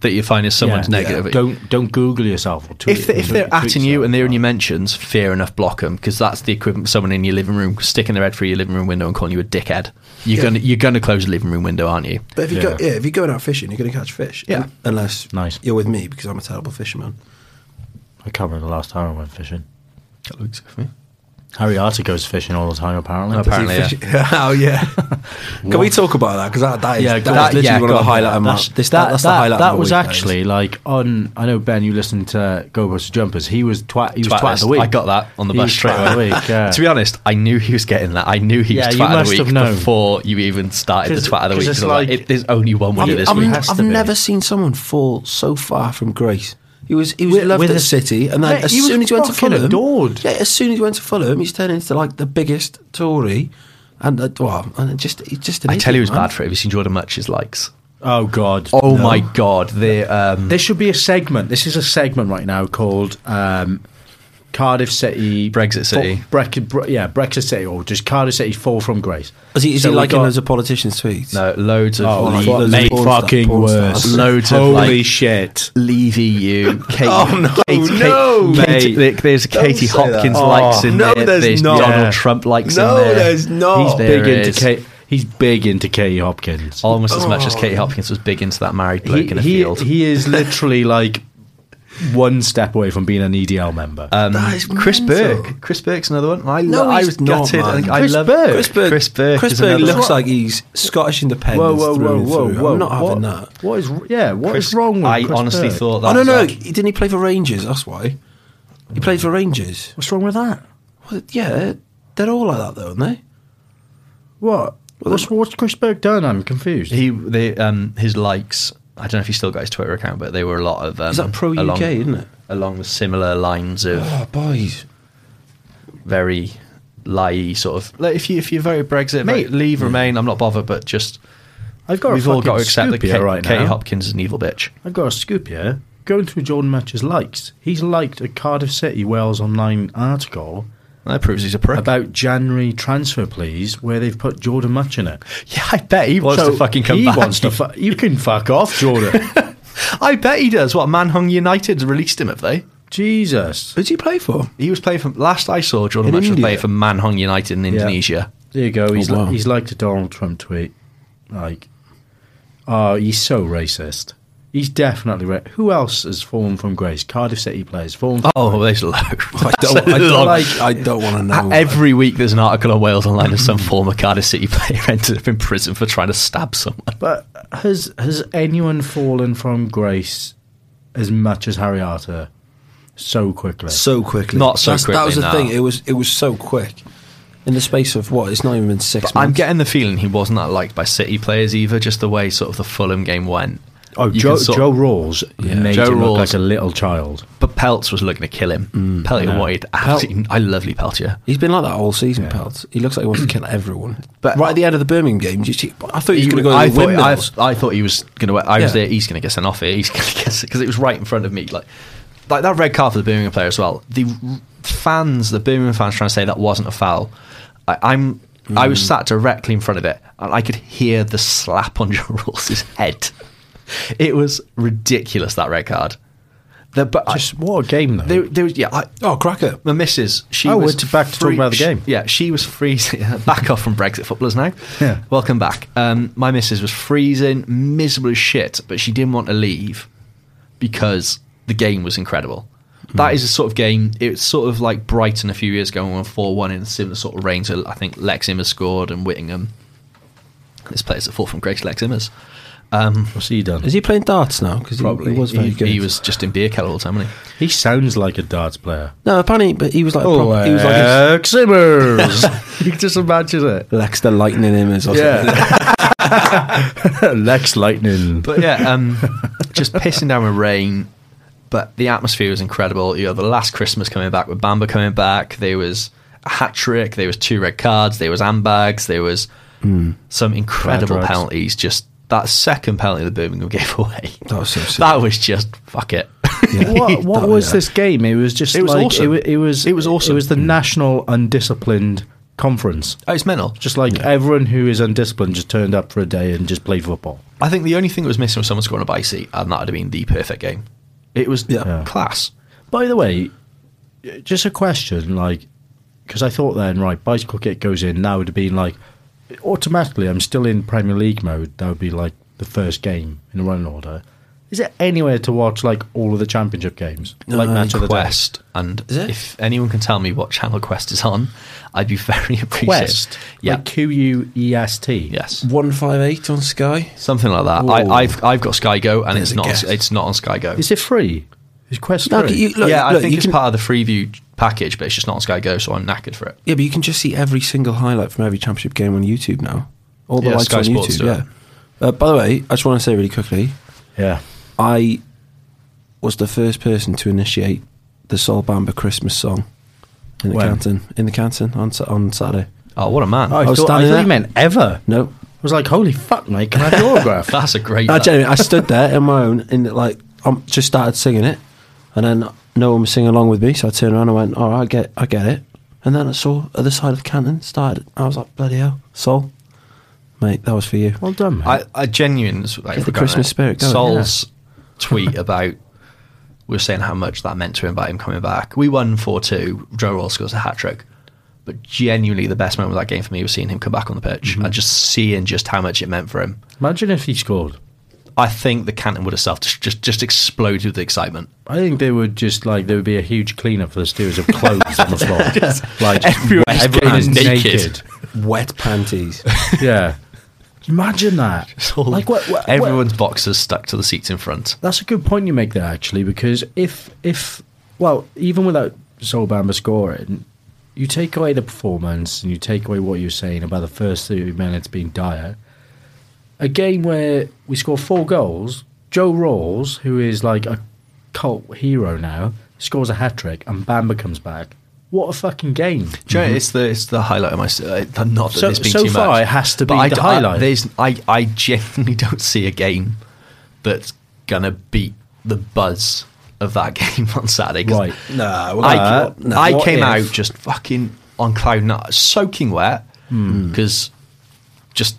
that you find is someone's
yeah,
negative.
Don't don't Google yourself or tweet.
if they, if they're atting you and they're in your mentions, fair enough, block them because that's the equivalent of someone in your living room sticking their head through your living room window and calling you a dickhead. You're gonna you're gonna close the living room window, aren't you?
But if you
Yeah.
go, yeah, if you're going out fishing, you're going to catch fish.
Yeah.
Un- unless
Nice.
you're with me because I'm a terrible fisherman.
I can't remember the last time I went fishing. Harry Arter goes fishing all the time, apparently.
Apparently, yeah.
oh yeah. Can we talk about that? Because that, that is
Yeah,
that,
go
is
on.
literally
Yeah,
one
go
of the
on.
highlight. Of my,
That's-
this, that, that's the highlight.
That
of the
was
week, guys.
actually like on. I know Ben, you listened to Go Bus Jumpers. He was twat. He was
Twat
twat,
list.
of the week.
I got that on the
He
bus
was
straight
twat of the
away.
week, yeah.
To be honest, I knew he was getting that. I knew he
Yeah,
was
you
twat of
must
the
have
week
known.
before you even started the
'Cause-
twat of the
'cause
week.
it's
So like,
like-
it, there's only one winner
I'm-
this
I'm-
week.
It has
I've
to be.
never seen someone fall so far from grace. He was he was
With-
loved
with
at
a-
City, and then
Mate,
as
he was
soon as he went to
fucking
Fulham,
adored.
yeah, as soon as he went to Fulham, he's turned into like the biggest Tory, and uh, well, and it just he's just an
I tell you,
idiot,
who's
man.
bad for it. Have you seen Jordan Match's likes?
Oh God.
Oh my god, they're um,
There should be a segment. This is a segment right now called um, Cardiff City
Brexit City.
Fo- Brec- Bre- yeah, Brexit City, or just Cardiff City fall from grace.
Is he, is
So
he
we
liking
got-
those of politicians' tweets?
no loads of
Oh,
like
leave-
fuck,
those
mate,
porn star-
fucking
porn
worse.
stars.
Loads of,
Holy
like-
shit.
Levy, you, Kate.
Oh, no,
Kate,
no,
Kate, Kate,
mate.
there- there's Katie
say that.
Hopkins
Oh,
likes in
no,
there.
there's
There's,
not.
Donald
Yeah.
Trump likes
No,
in there.
there's not.
He's
There
big
big into
into Kate.
Kate. He's big into Katie Hopkins.
Oh.
Almost as much as Katie Hopkins was big into that married bloke
Oh, he,
in a
he-
field.
he is literally like one step away from being an EDL member.
That is
Chris
mental.
Burke. Chris Burke's another one. I,
No,
lo- I
he's
was
not,
gutted.
man.
I, I
Chris
love
Burke.
Chris Burke. Chris Burke.
Chris
is
Burke
another
looks
one.
like he's Scottish independence through and through. I'm not
what,
having that.
What is yeah? What is
Chris-
wrong with?
I
Chris
honestly
Burke?
thought that.
Oh no,
was
no,
like-
he- didn't he play for Rangers? That's why he played for Rangers.
what's wrong with that?
Well, yeah, they're all like that though, aren't they?
What? What's, what's Chris Berg done? I'm confused.
he they, um his likes. I don't know if he still got his Twitter account, but they were a lot of um,
Is that pro
along,
UK, isn't it?
Along the similar lines of
Oh, boys.
very lie sort of Mm. like if you if you're very Brexit,
Mate.
very leave Remain. I'm not bothered, but just
I've got.
we've
a
all got to
fucking
accept that
scoop here
Kate,
right
Katie
now.
Hopkins is an evil bitch.
I've got a scoop here. Going through Jordan Match's likes, he's liked a Cardiff City Wales Online article
That proves he's a prick.
about January transfer please, where they've put Jordan Match in it.
yeah, I bet he wants
So
to fucking come
he
back.
Wants to fu- you can fuck off, Jordan.
I bet he does. What Manhung United released him, have they?
Jesus.
Who did he play for?
He was playing for last I saw Jordan
In
Match was
India?
playing for Manhung United in Indonesia.
There you go. He's,
Oh, wow.
li- he's liked a Donald Trump tweet. Like, oh, he's so racist. He's definitely ra- Who else has fallen from grace? Cardiff City players fallen. From-
Oh, there's a load.
I don't,
That's a
I don't,
lot.
like, I don't want to know.
Every week there's an article on Wales Online of some former Cardiff City player ended up in prison for trying to stab someone.
But has has anyone fallen from grace as much as Harry Arter so quickly?
so quickly.
Not so
That's- That was the
quickly, no.
thing. It was it was so quick. In the space of what? It's not even been six
I'm
months.
getting the feeling he wasn't that liked by City players either, just the way sort of the Fulham game went.
oh,
You
Joe,
can sort-
Joe Rawls made
Joe
him look
Rawls.
like a little child.
But Peltz was looking to kill him.
Mm,
Peltier wanted absolutely. I lovely Peltier.
He's been like that all season, pals. He looks like he wants to kill everyone. But right at the end of the Birmingham game, did you see- I thought he was going to go
I,
to the
thought, I,
windmills.
I thought he was going to. I was
Yeah.
there. He's going to get sent off here. He's going to get because it was right in front of me. Like, like that red card for the Birmingham player as well. The r- fans, the Birmingham fans, trying to say that wasn't a foul. I, I'm. I
Mm.
was sat directly in front of it, and I could hear the slap on Joe Rawls's head. It was ridiculous that red card. The, but I-
Just what a game though.
there, there was yeah. I,
oh, cracker.
the missus, she
Oh,
was
we're back to talking about the game.
she- yeah, she was freezing. back off from Brexit footballers now.
Yeah.
welcome back. Um, my missus was freezing, miserable as shit, but she didn't want to leave because the game was incredible.
Hmm.
That is a sort of game. It's sort of like Brighton a few years ago when four one in a similar sort of range. I think Lexham has scored and Whittingham. This player's at four from Grace Leximmers.
What's he done?
Is he playing darts now? Because he,
Probably
he was very
he,
good.
he was just in beer kettle all the time, wasn't he?
He sounds like a darts player.
no, apparently, but he was like, a
Oh,
prop- he was like a,
Eric Simmers. you can just imagine it.
Lex the lightning him or something.
Lex Lightning.
But yeah, um, just pissing down with rain. But the atmosphere was incredible. You know, the last Christmas coming back with Bamba coming back. There was a hat trick. There was two red cards. There was handbags. There was
Hmm.
some incredible
drugs.
penalties. Just that second penalty that Birmingham gave away.
That was so sick.
That was just fuck it.
what what was this game? It was just
It was
like
awesome.
it, wa- it was
It was awesome.
It was the national undisciplined conference.
Oh, it's mental.
Just like everyone who is undisciplined just turned up for a day and just played football.
I think the only thing that was missing was someone scoring a by seat, and that would have been the perfect game. It was
Yeah. Yeah.
class.
By the way, just a question, like, because I thought then, right, bicycle kick goes in. Now would have been like, automatically, I'm still in Premier League mode. That would be like the first game in the running order. Is there anywhere to watch like all of the championship games, like
Uh,
match of the day?
Quest, and
it?
if anyone can tell me what channel Quest is on, I'd be very appreciative.
Quest,
yeah,
like Q U E S T.
yes,
One five eight on Sky.
something like that.
Whoa.
I, I've I've got Sky Go, and
There's
it's
a
not
guess.
it's not on Sky Go.
Is it free? Is Quest
No,
free?
you- look,
yeah, I
look,
think
you
it's
can-
part of the Freeview package, but it's just not on Sky Go, so I'm knackered for it.
Yeah, but you can just see every single highlight from every championship game on YouTube now. All the
Yeah,
lights
Sky
on
Sports
YouTube.
do it.
Yeah. Uh, by the way, I just want to say really quickly,
yeah.
I was the first person to initiate the Sol Bamba Christmas song in the
When?
canton. In the canton on Sa- on Saturday.
Oh, what a man!
I,
was
thought, I
standing
thought
there.
you meant ever.
No,
I was like, holy fuck, mate, can I have your autograph?
That's a great.
I genuinely, I stood there in my own and like I am just started singing it, and then no one was singing along with me, so I turned around and went, "All right, I get, I get it." And then I saw other side of the canton started. I was like, "Bloody hell, Sol, mate, that was for you."
well done, mate.
I, I genuinely
Get
like,
the
forgot
Christmas
it.
spirit going,
Sol's tweet about we were saying how much that meant to him about him coming back. We won four two. Joe Roll scores a hat trick, but genuinely the best moment of that
Mm-hmm.
game for me was seeing him come back on the pitch and just seeing just how much it meant for him.
Imagine if he scored.
I think the Canton would have self just just exploded with excitement.
I think they would just like there would be a huge cleanup for the stewards of clothes on the floor. like
everyone's
everyone is
getting
naked.
naked.
Wet panties.
yeah. Imagine that. Like what, what what-
Everyone's boxes stuck to the seats in front.
That's a good point you make there, actually, because if if well, even without Sol Bamba scoring, you take away the performance and you take away what you're saying about the first thirty minutes being dire. A game where we score four goals, Joe Rawls, who is like a cult hero now, scores a hat trick and Bamba comes back. What a fucking game!
Do you know, it's the it's the highlight of my s- uh, not that
Mm-hmm. So-
it's been
so
too
far
much.
it has to
but
be
I,
the
d- I-
highlight.
there's I I genuinely don't see a game that's gonna beat the buzz of that game on Saturday. 'cause
Right.
No,
I,
well, no,
I
what
came
if?
out just fucking on cloud nine, soaking wet
Hmm.
because just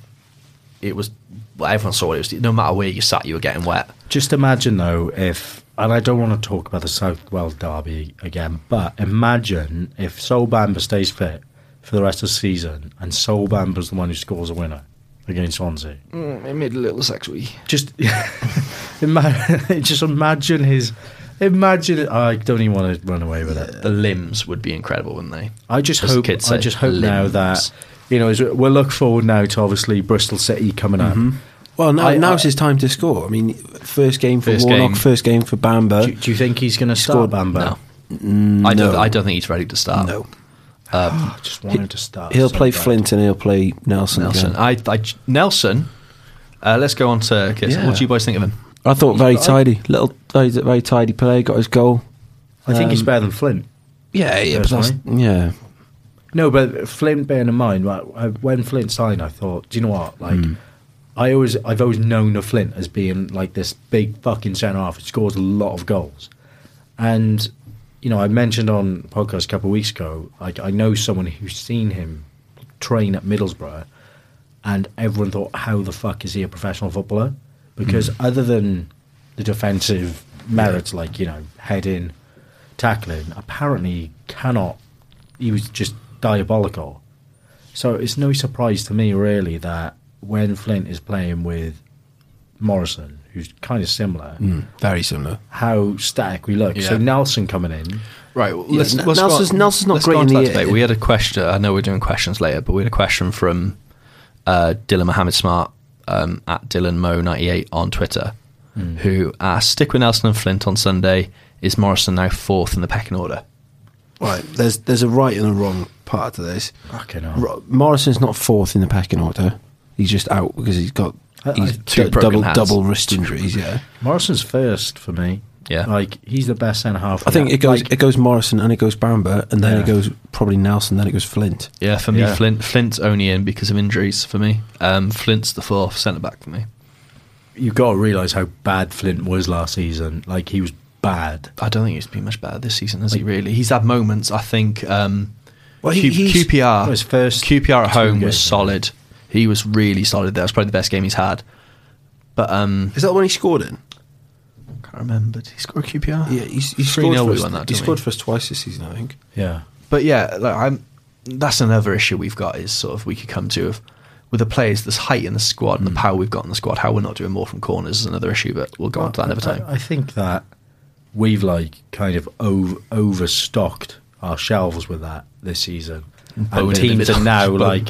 it was. Well, everyone saw it. it was, no matter where you sat, you were getting wet.
Just imagine though if, and I don't want to talk about the South Wales derby again, but imagine if Sol Bamba stays fit for the rest of the season and Sol Bamba's the one who scores a winner against Swansea.
Mm, it made a little sexy.
Just, imagine, just imagine his, imagine. I don't even want to run away with it.
The limbs would be incredible, wouldn't they?
I just
As
hope.
kids
I
say,
just hope now that
limbs.
you know as we- we'll look forward now to obviously Bristol City coming up.
Well, now,
I-
now's
I-
his time to score. I mean, first game for
First
Warnock,
game.
first game for Bamber.
Do, do you think he's going to start
scored-
Bamba?
No. I don't.
Mm, no.
I don't think he's ready to start.
no,
Oh, I just want him to start.
he'll
so
play
bad.
Flint and he'll play Nelson.
Nelson.
again.
I, I Nelson. Uh, let's go on to Kirsten.
Yeah.
What do you boys think of him?
I thought very tidy, little very, very tidy play. Got his goal.
I think
um,
he's better than Flint.
Yeah, yeah,
but that's-
yeah.
No, but Flint, bearing in mind, like, I- when Flint signed, I thought, do you know what? Like, I always, I've always known of Flint as being like this big fucking centre half who scores a lot of goals. And you know, I mentioned on podcast a couple of weeks ago, like I know someone who's seen him train at Middlesbrough, and everyone thought, how the fuck is he a professional footballer? Because
Hmm.
other than the defensive merits, like you know, heading, tackling, apparently he cannot. He was just diabolical. So it's no surprise to me, really, that when Flint is playing with Morrison, who's kind of similar,
Hmm, Very similar.
how static we look. So
Yeah.
Nelson coming in,
Right. Well, let's,
N-
let's go
Nelson's-
on-
Nelson's not
let's
great
go on
in
to
the
that
air.
debate. We had a question. I know we're doing questions later, but we had a question from uh, Dylan Mohammed Smart um, at Dylan Mo ninety eight on Twitter, who asked, "Stick with Nelson and Flint on Sunday. Is Morrison now fourth in the pecking order?"
Right, there's there's a right and a wrong part to this.
fucking hell.
Ro- Morrison's not fourth in the pecking order. He's just out because he's got
I- I-
he's
Two
d-
broken
double
hands.
double wrist injuries. Yeah,
Morrison's first for me.
Yeah.
like he's the best centre half.
I think it goes
Like,
it goes Morrison and it goes Bamber and then
Yeah.
it goes probably Nelson then it goes Flint.
Yeah, for me,
Yeah.
Flint Flint's only in because of injuries. For me, um, Flint's the fourth centre back for me.
you've got to realise how bad Flint was last season. Like he was bad.
I don't think he's been much better this season, has he? Really, he's had moments. I think um,
Well,
Q-
he- he's-
QPR,
Well, his first
QPR at
two
home
games,
was solid. He was really solid. That was probably the best game he's had. But um,
Is that when he scored in?
I can't remember. Did he score a QPR?
Yeah, he's, he's
3-0
scored for
we
us.
won that,
he
didn't we?
scored for us twice this season, I think.
Yeah,
But yeah, like I'm. That's another issue we've got is sort of we could come to of with the players, this height in the squad and the power we've got in the squad. How we're not doing more from corners is another issue, but we'll go on to that another
I-
time.
I, I think that we've like kind of over, overstocked our shelves with that this season.
Bone
And teams
individuals.
are now
Bone.
like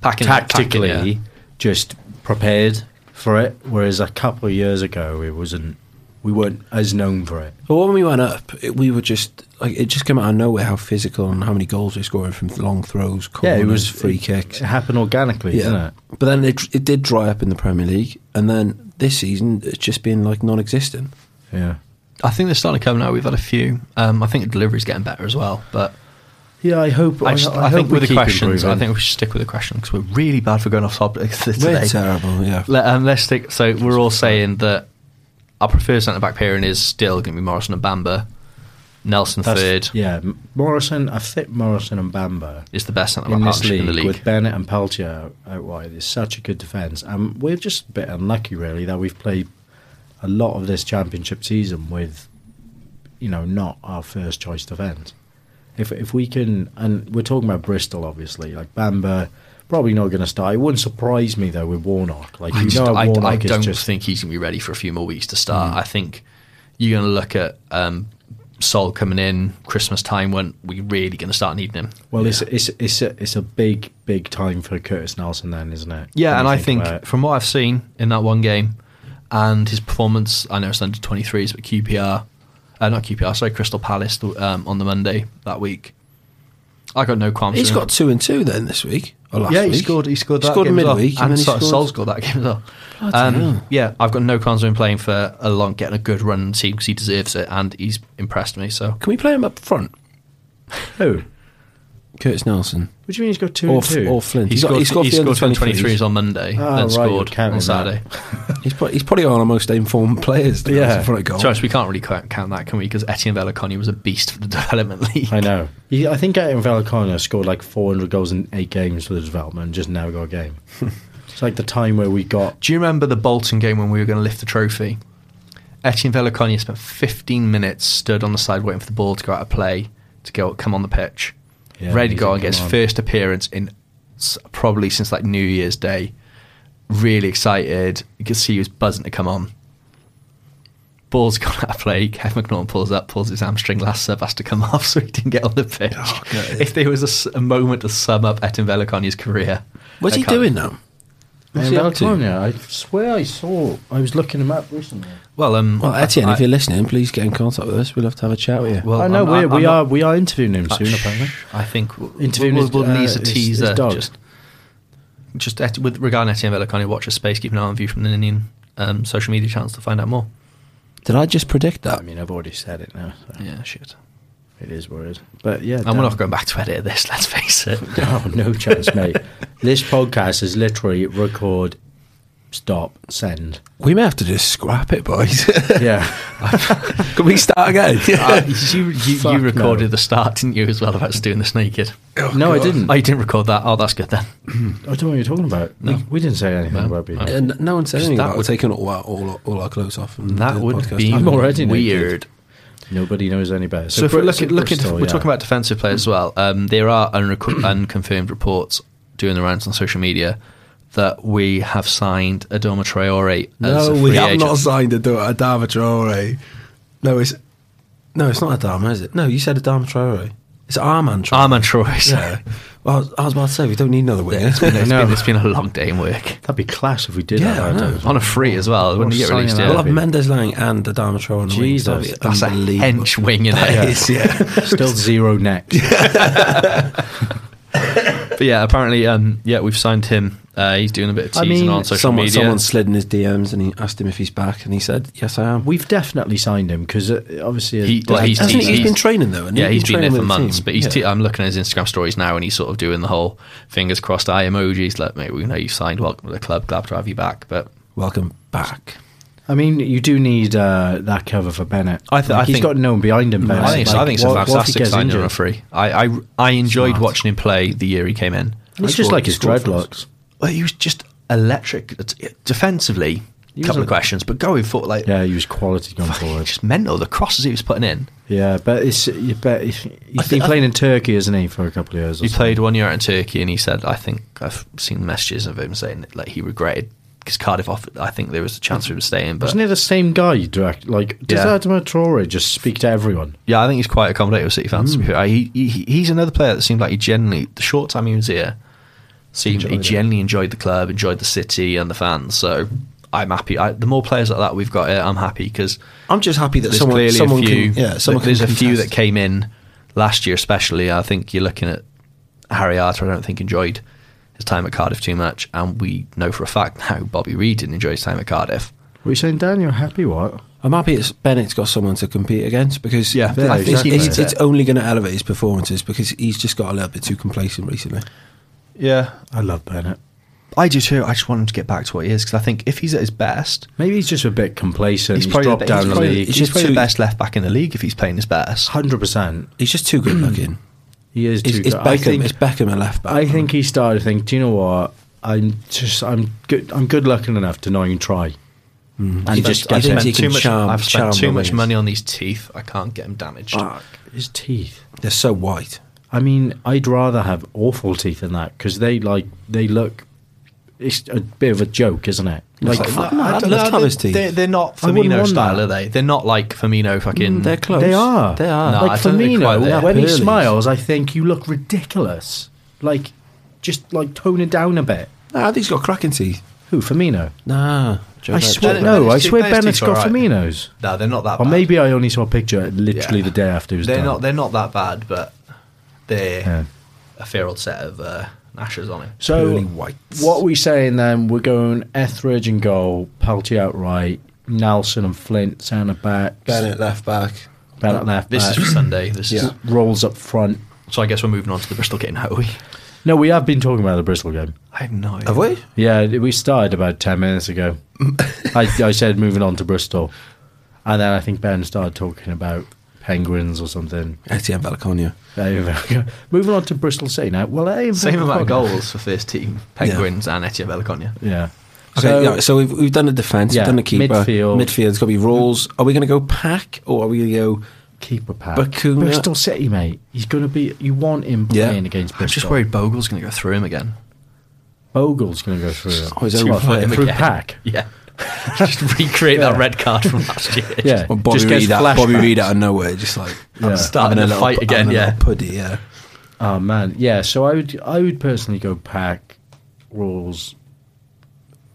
Packing-
tactically
packing, yeah.
just prepared for it, whereas a couple of years ago it wasn't. We weren't as known for it.
But when we went up, it, we were just like it just came out of nowhere how physical and how many goals we're scoring from long throws, corners, free
it-
kicks.
It happened organically, didn't it?
But then it, it did dry up in the Premier League, and then this season it's just been like non-existent.
Yeah.
I think they're starting to come now. We've had a few. Um, I think the delivery's getting better as well. But
Yeah, I hope.
I,
I,
just,
I
I,
hope
think
we
with the
keep
questions, I
improving.
think we should stick with the question because we're really bad for going off topic today.
We're terrible, yeah.
Let, um, let's stick. So we're all saying that our preferred centre back pairing is still going to be Morrison and Bamba. Nelson
That's-
third
Yeah, M- Morrison. I think Morrison and Bamba
is the best centre back
in this
partnership
league,
in the league.
with Bennett and Peltier out wide is such a good defence, and we're just a bit unlucky really that we've played a lot of this championship season with, you know, not our first choice defence. If if we can, and we're talking about Bristol obviously, like Bamba, Probably not going to start. It wouldn't surprise me though with Warnock. Like
I,
you
just,
know,
I,
Warnock
I
is
don't
just Mm.
think he's going to be ready for a few more weeks to start. I think you're going to look at um, Sol coming in Christmas time when we really going to start needing him.
well. It's it's it's a, it's a big big time for Curtis Nelson then, isn't it?
Yeah,
When
and
you
I think
about it.
from what I've seen in that one game and his performance, I know it's under 23s, but QPR, uh, not QPR, sorry, Crystal Palace th- um, on the Monday that week. I got no qualms.
He's
with him.
got two and two then this week. Or last
yeah, he
week.
scored. He scored.
He
That
scored
game as well.
midweek. and
and
then he
Sol,
scored-
Sol's got that game as well.
Bloody
Um,
hell.
yeah, I've got no qualms with him playing for a long, getting a good run in the team because he deserves it and he's impressed me. So
Can we play him up front?
Who?
Curtis Nelson
What do you mean he's got two
or,
and two?
or Flint.
he
He's got,
scored,
he's got
he
the
scored for the
23s.
23s on Monday
Ah, right,
and
you're
scored
counting
on
that.
Saturday.
He's, pro- he's probably one of the most informed players. to be
Yeah.
honest, in front of goal.
To be honest, we can't really count count that, can we? Because Etienne Velaconi was a beast for the development league.
I know. He, I think Aiden Valacona scored like 400 goals in eight games for the development and just never got a game. it's like the time where we got.
Do you remember the Bolton game when we were going to lift the trophy? Etienne Velikoni spent 15 minutes stood on the side waiting for the ball to go out of play to go come on the pitch.
Yeah,
Ready to
he's
go
like,
and
"Come
get his
on."
first appearance in s- probably since like New Year's Day. Really excited. You could see he was buzzing to come on. Ball's gone out of play. Kev McNaughton pulls up, pulls his hamstring. Last sub has to come off, so he didn't get on the pitch.
Oh,
if there was a s- a, moment to sum up Etienne Velikoni's career,
What's
I
he
can't-
doing now? What's
Aiden
he up to?
Valacona, I swear I saw. I was looking him up recently.
Well, um,
Well,
I-
Etienne,
I-
if you're listening, please get in contact with us. We'd love to have a chat with you.
Well,
I know
I'm-
we're,
I'm-
we
I'm
are we are interviewing him soon.
Ah, Shh.
Apparently,
I think we'll,
Interviewing
we'll,
his-
we'll
uh,
need a
his-
teaser.
his dog.
Just, just et- with regarding Etienne Velikani, watch a space, keep an eye on view from the Indian um, social media channels to find out more.
Did I just predict
I
that?
mean I've already said it now. So
Yeah, shit.
It is what it is. But yeah,
And we're
Dan-
not going back to edit this. Let's face it.
Oh, no chance, mate. this podcast is literally record, stop, send.
We may have to just scrap it, boys.
Yeah.
Can we start again?
Uh, you, you,
Fuck
you
no.
recorded the start, didn't you, as well, about us doing this naked?
no, I didn't.
Oh,
I,
you didn't record that. Oh, that's good then.
don't know what you're talking about.
No.
We, we didn't say anything
No.
about being.
Uh, No.
And no one said anything
That
about
would-
taking all our, all, our- all our clothes off. And
That
doing the
would
podcast.
be
I'm already naked.
weird.
Nobody knows any better.
So, if we're
Bri-
looking, looking
Bristol,
we're
yeah.
talking about defensive players as well. Um, there are unreco- unconfirmed reports doing the rounds on social media that we have signed Adoma Traore as
No,
a free
we have
agent.
not signed a Adama Traore. No, it's no, it's not Adama, is it? No, you said Adama Traore. It's Armand Traore.
Armand Traore.
Yeah.
Sorry.
Well, I was- I was about to say we don't need another winger.
It's
No.
been, it's been a long day in work.
That'd be class if we did
Yeah, I
that.
know.
On a free as well. When you get
signing
released,
that
yeah.
we'll have
be-
Mendes Lang and Adama Traore. on the wings. That'd
Jesus,
be
That's a
unbelievable.
hench wing in
That
it.
is, yeah.
Still zero next.
But yeah, apparently, um, yeah, we've signed him. Uh, he's doing a bit of
I
teasing
mean,
on social
someone,
media.
someone slid in his DMs and he asked him if he's back, and he said, "Yes, I am."
We've definitely signed him because uh, obviously
He-
Does-
well, he's-
Hasn't he,
he's-
he's been training though. hasn't he?
yeah, he's been there
training
for
with the
months,
team.
but he's.
Yeah.
T- I'm looking at his Instagram stories now, and he's sort of doing the whole fingers crossed eye emojis. Like, mate, we know you've signed. Welcome to the club. Glad to have you back. But
Welcome back.
I mean, you do need uh, that cover for Bennett.
I
like,
th- I
he's
think-
got no one behind him. Bennett.
I think, it's
Like,
I think it's a
what- what if he
fantastic
gets
signing on a
injured?
free. I, I, I enjoyed
Smart.
watching him play the year he came in.
It's just
Scored-
like his
scored for us.
dreadlocks.
Well, he was just electric defensively.
He was
couple
a-
of questions, but going forward, like
Yeah, he was quality going forward.
just mental. The crosses he was putting in.
Yeah, but it's you bet he's been
I-
playing in Turkey, isn't he, for a couple of years? Or
He
so.
played one year out in Turkey, and he said, "I think I've seen messages of him saying that, like he regretted because Cardiff offered. I think there was a chance for him staying, but
Wasn't he the same guy? you Direct, like does
Yeah.
Adama Traore just speak to everyone?
yeah, I think he's quite accommodative with City fans. to be fair. He, he, he's another player that seemed like he genuinely the short time he was here, seemed he genuinely enjoyed the club, enjoyed the city and the fans. So I'm happy. I, the more players like that we've got here, I'm happy because
I'm just happy that
there's
someone,
clearly
someone
a few.
can, yeah, someone
there's
can
a few that
contest.
came in last year, especially. I think you're looking at Harry Arter. I don't think enjoyed his time at Cardiff too much, and we know for a fact now Bobby Reed didn't enjoy his time at Cardiff.
Were you saying, Dan, you're happy? What?
I'm happy it's Bennett's got someone to compete against because
Yeah,
yeah,
I think
exactly.
it's, it's only going to elevate his performances because he's just got a little bit too complacent recently.
Yeah,
I love Bennett.
I do too. I just want him to get back to what he is because I think if he's at his best,
Maybe he's just a bit complacent. He's,
probably
dropped
the,
down
he's
the
probably-
league.
He's,
He's
probably
too-
the best left back in the league if he's playing his best.
Hundred percent.
He's just too good looking.
He is.
It's,
too
it's
good. I
Beckham.
think.
it's Beckham at left back.
I think he started to think. Do you know what? I'm just. I'm good. I'm good looking enough to not even try. And
He
he
just-
just
I
gets
think
it.
he can
too much,
charm-
I've
charm
spent
the
too much
wings.
money on these teeth. I can't get them damaged.
Ah,
his teeth.
they're so white.
I mean, I'd rather have awful teeth than that because they like they look. It's a bit of a joke, isn't it? Like,
like-
fuck,
No, I don't know,
they're-
Thomas
they're,
teeth.
they're, not
I wouldn't
Firmino
want
style,
that.
are they? They're not like Firmino fucking.
They're close.
they are.
They are.
No, I
like
don't think quite
Firmino,
there.
when he
Pearlies.
smiles, I think you look ridiculous. Like, just like tone it down a bit.
Nah, I think he's got cracking teeth.
Who Firmino?
Nah, Joe
I
Bennett.
swear,
Ben-
no, I
Bennett's
swear
teeth- Bennett's
Bennett's got
teeth are alright.
Firmino's.
no, they're not that.
Or
bad.
maybe I only saw a picture literally
Yeah.
the day after it was
they're
done.
not. They're not that bad, but they're
Yeah.
a fair old set of uh, gnashes on it.
So,
Pearly whites.
what are we saying then? We're going Etheridge and goal, Pelty outright, Nelson and Flint, centre back,
Bennett left back.
Bennett left
This
back,
is for Sunday. This is
rolls up front.
so. I guess we're moving on to the Bristol game, are we?
No, we have been talking about the Bristol game.
I have no idea.
Have we?
Yeah, we started about 10 minutes ago. I, I said moving on to Bristol. And then I think Ben started talking about Penguins or something.
Etienne Veliconia.
There you go. moving on to Bristol City now. Well, I ain't
Same
fucking
amount of
fucking-
goals for first team Penguins and Etienne Veliconia.
Yeah.
Okay, so, yeah, so we've, we've done the defence,
Yeah,
we've done the keeper.
midfield.
Midfield's got to be rules. Are we going to go pack or are we going to go.
keeper pack.
Bakuna.
Bristol City, mate. He's going to be. You want him
Yeah.
playing against Bristol.
I'm just worried Bogle's going to go through him again.
Bogle's going to go through.
Oh, he's
Well,
overplayed
through-
him
through
again.
pack.
Yeah, just recreate that
Yeah.
red card from last year.
Yeah.
Well, Bobby
just gets
Reed, out, Bobby
flashbacks.
Reed out of nowhere, just like
Yeah.
having
Starting to
a little-
fight again.
having a
Yeah,
little puddy, yeah.
Oh man, yeah. So I would, I would personally go pack, rules,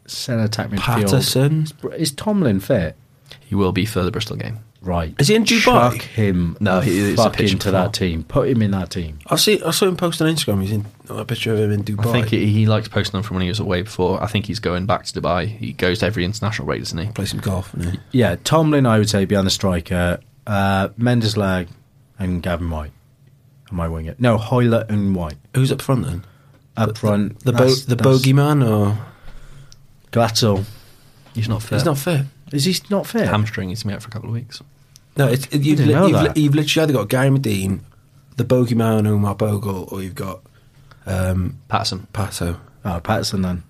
centre attack midfield.
Patterson.
Is Tomlin fit?
he will be for the Bristol game.
Right.
Is he in Dubai?
Chuck him.
No, he- it's a
fuck
picture
into that
before.
team. Put him in that team.
I see. I saw him post on Instagram. He's in a picture of him in Dubai.
I think he, he likes posting them from when he was away before. I think he's going back to Dubai. He goes to every international break, doesn't he?
play some golf. Yeah.
Yeah, Tomlin, I would say, behind the striker, uh, Mendes Lag, and Gavin White. Am I winger? No, Hoyler and White
Who's up front then?
up front.
The bo-
that's-
the
that's-
bogeyman or
Glatzel.
He's not fit.
he's not fit.
Is he not fit?
Hamstring. He's been out for a couple of weeks.
No, it's, it, you've,
didn't
li-
know
you've,
that.
li- you've literally either got Gary Medine, the bogeyman Omar Bogle, or you've got um,
Patterson.
Pato.
Oh, Patterson then.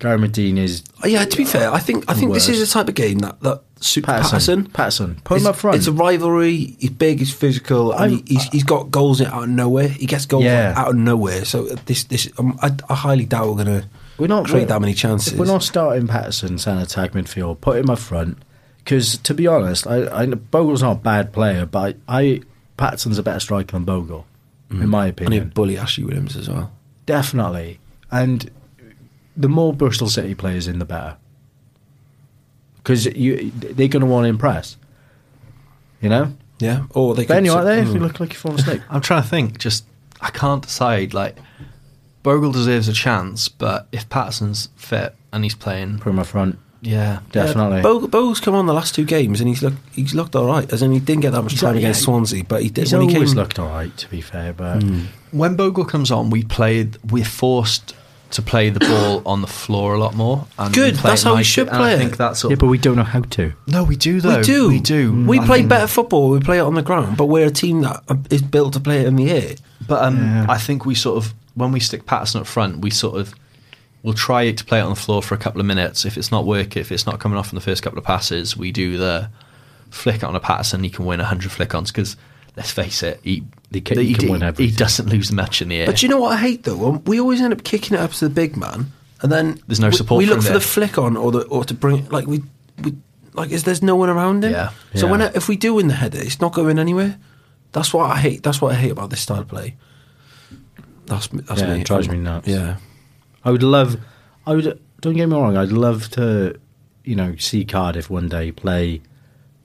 Gary Medine is
Oh, yeah, to be fair, I think I think this
Worse.
is the type of game that that suits
Patterson.
Patterson.
Patterson. Put
it's,
him up front.
It's a rivalry. He's big. He's physical. And
I'm-
he, he's, he's got goals out of nowhere. He gets goals
Yeah.
out of nowhere. So this this um, I, I highly doubt we're gonna
we're not
create that many chances.
We're not starting Patterson centre attack midfield. Put him up front because to be honest, I, I Bogle's not a bad player, but I, I Patterson's a better striker than Bogle, in my
Mm. and
opinion.
he'd bully Ashley Williams as well.
Definitely. And the more Bristol City players in, the better. Because you they're going to want to impress. You know,
Yeah. Or they.
Ben,
could,
you right there? If
Mm.
you look like you're falling asleep.
I'm trying to think. Just I can't decide. Like Bogle deserves a chance, but if Patterson's fit and he's playing,
Put him up front,
yeah,
definitely.
Bo, Bo's come on the last two games and he's looked he's looked all right. As in, he didn't get that much
He's
time
like-
against
yeah,
Swansea, but he did
He's
when he came. Mm.
always looked all right, to be fair, but
when Bogle comes on, we play. We're forced to play the ball on the floor a lot more. And
Good,
we play
that's
it
how we
nice-
should
and
play
I
it.
think that's sort
yeah,
of-
but we don't know how to.
no, we do though.
we do.
We do.
We
I
play
think-
better football. We play it on the ground, but we're a team that is built to play it in the air.
But um,
Yeah.
I think we sort of when we stick Patterson up front, we sort of we'll try to play it on the floor for a couple of minutes. If it's not working, if it's not coming off in the first couple of passes, we do the flick on a Patterson. He can win hundred flick ons because let's face it, he
He can-
he,
he can
he-
win
he
everything.
doesn't lose much in the air.
But you know what I hate though? Um, We always end up kicking it up to the big man, and then
There's no
we-
support
We,
from
look for
there.
the flick on or the or to bring like we we like is there's no one around him.
Yeah.
So when
Yeah.
I- if we do win the header, it's not going anywhere. That's what I hate. That's what I hate about this style of play. That's me- that's
Yeah,
me.
it drives me nuts.
Yeah.
I would love. I would. Don't get me wrong. I'd love to, you know, see Cardiff one day play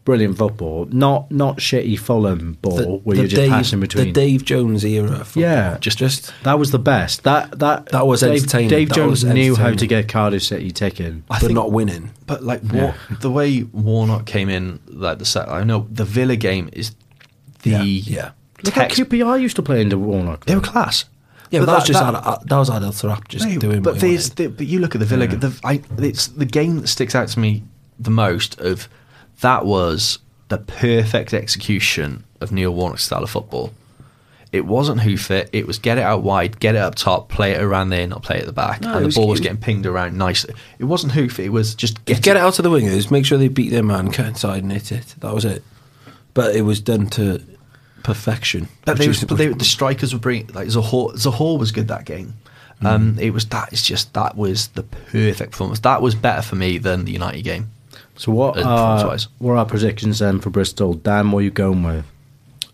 brilliant football. Not not shitty Fulham ball where you're just passing between.
The Dave Jones era. Of
Yeah.
just just
that was the best. That that
That was
Dave,
entertaining.
Dave
That
Jones
was
knew how to
entertaining.
get Cardiff City taken.
I
but
think-
not winning.
But like War- the way Warnock came in, like the set, I know the Villa game is the
Yeah. Yeah.
Look how
text-
QPR used to play under Warnock.
they were
though.
class.
Yeah, but, that, was just
that-
that, that, was Adel Tharap just
No,
doing.
But
what he
there's,
wanted.
the, but you look at the Villa.
Yeah.
The, I, it's the game that sticks out to me the most. Of that was the perfect execution of Neil Warnock's style of football. It wasn't who fit. It was get it out wide, get it up top, play it around there, not play it at the back.
No,
and
it
the
was-
ball
it
was
was-
getting pinged around nicely. It wasn't who fit. It was just get,
get it out to the wingers, make sure they beat their man, cut inside and hit it. That was it. But it was done to perfection.
But they,
which
was,
isn't
but they,
much-
the strikers were bringing like Zahor. Zahor was good that game. Um, it was that. It's just that was the perfect performance. That was better for me than the United game.
So what
Uh,
are,
performance-wise.
what are our predictions then for Bristol? Dan, what are you going with?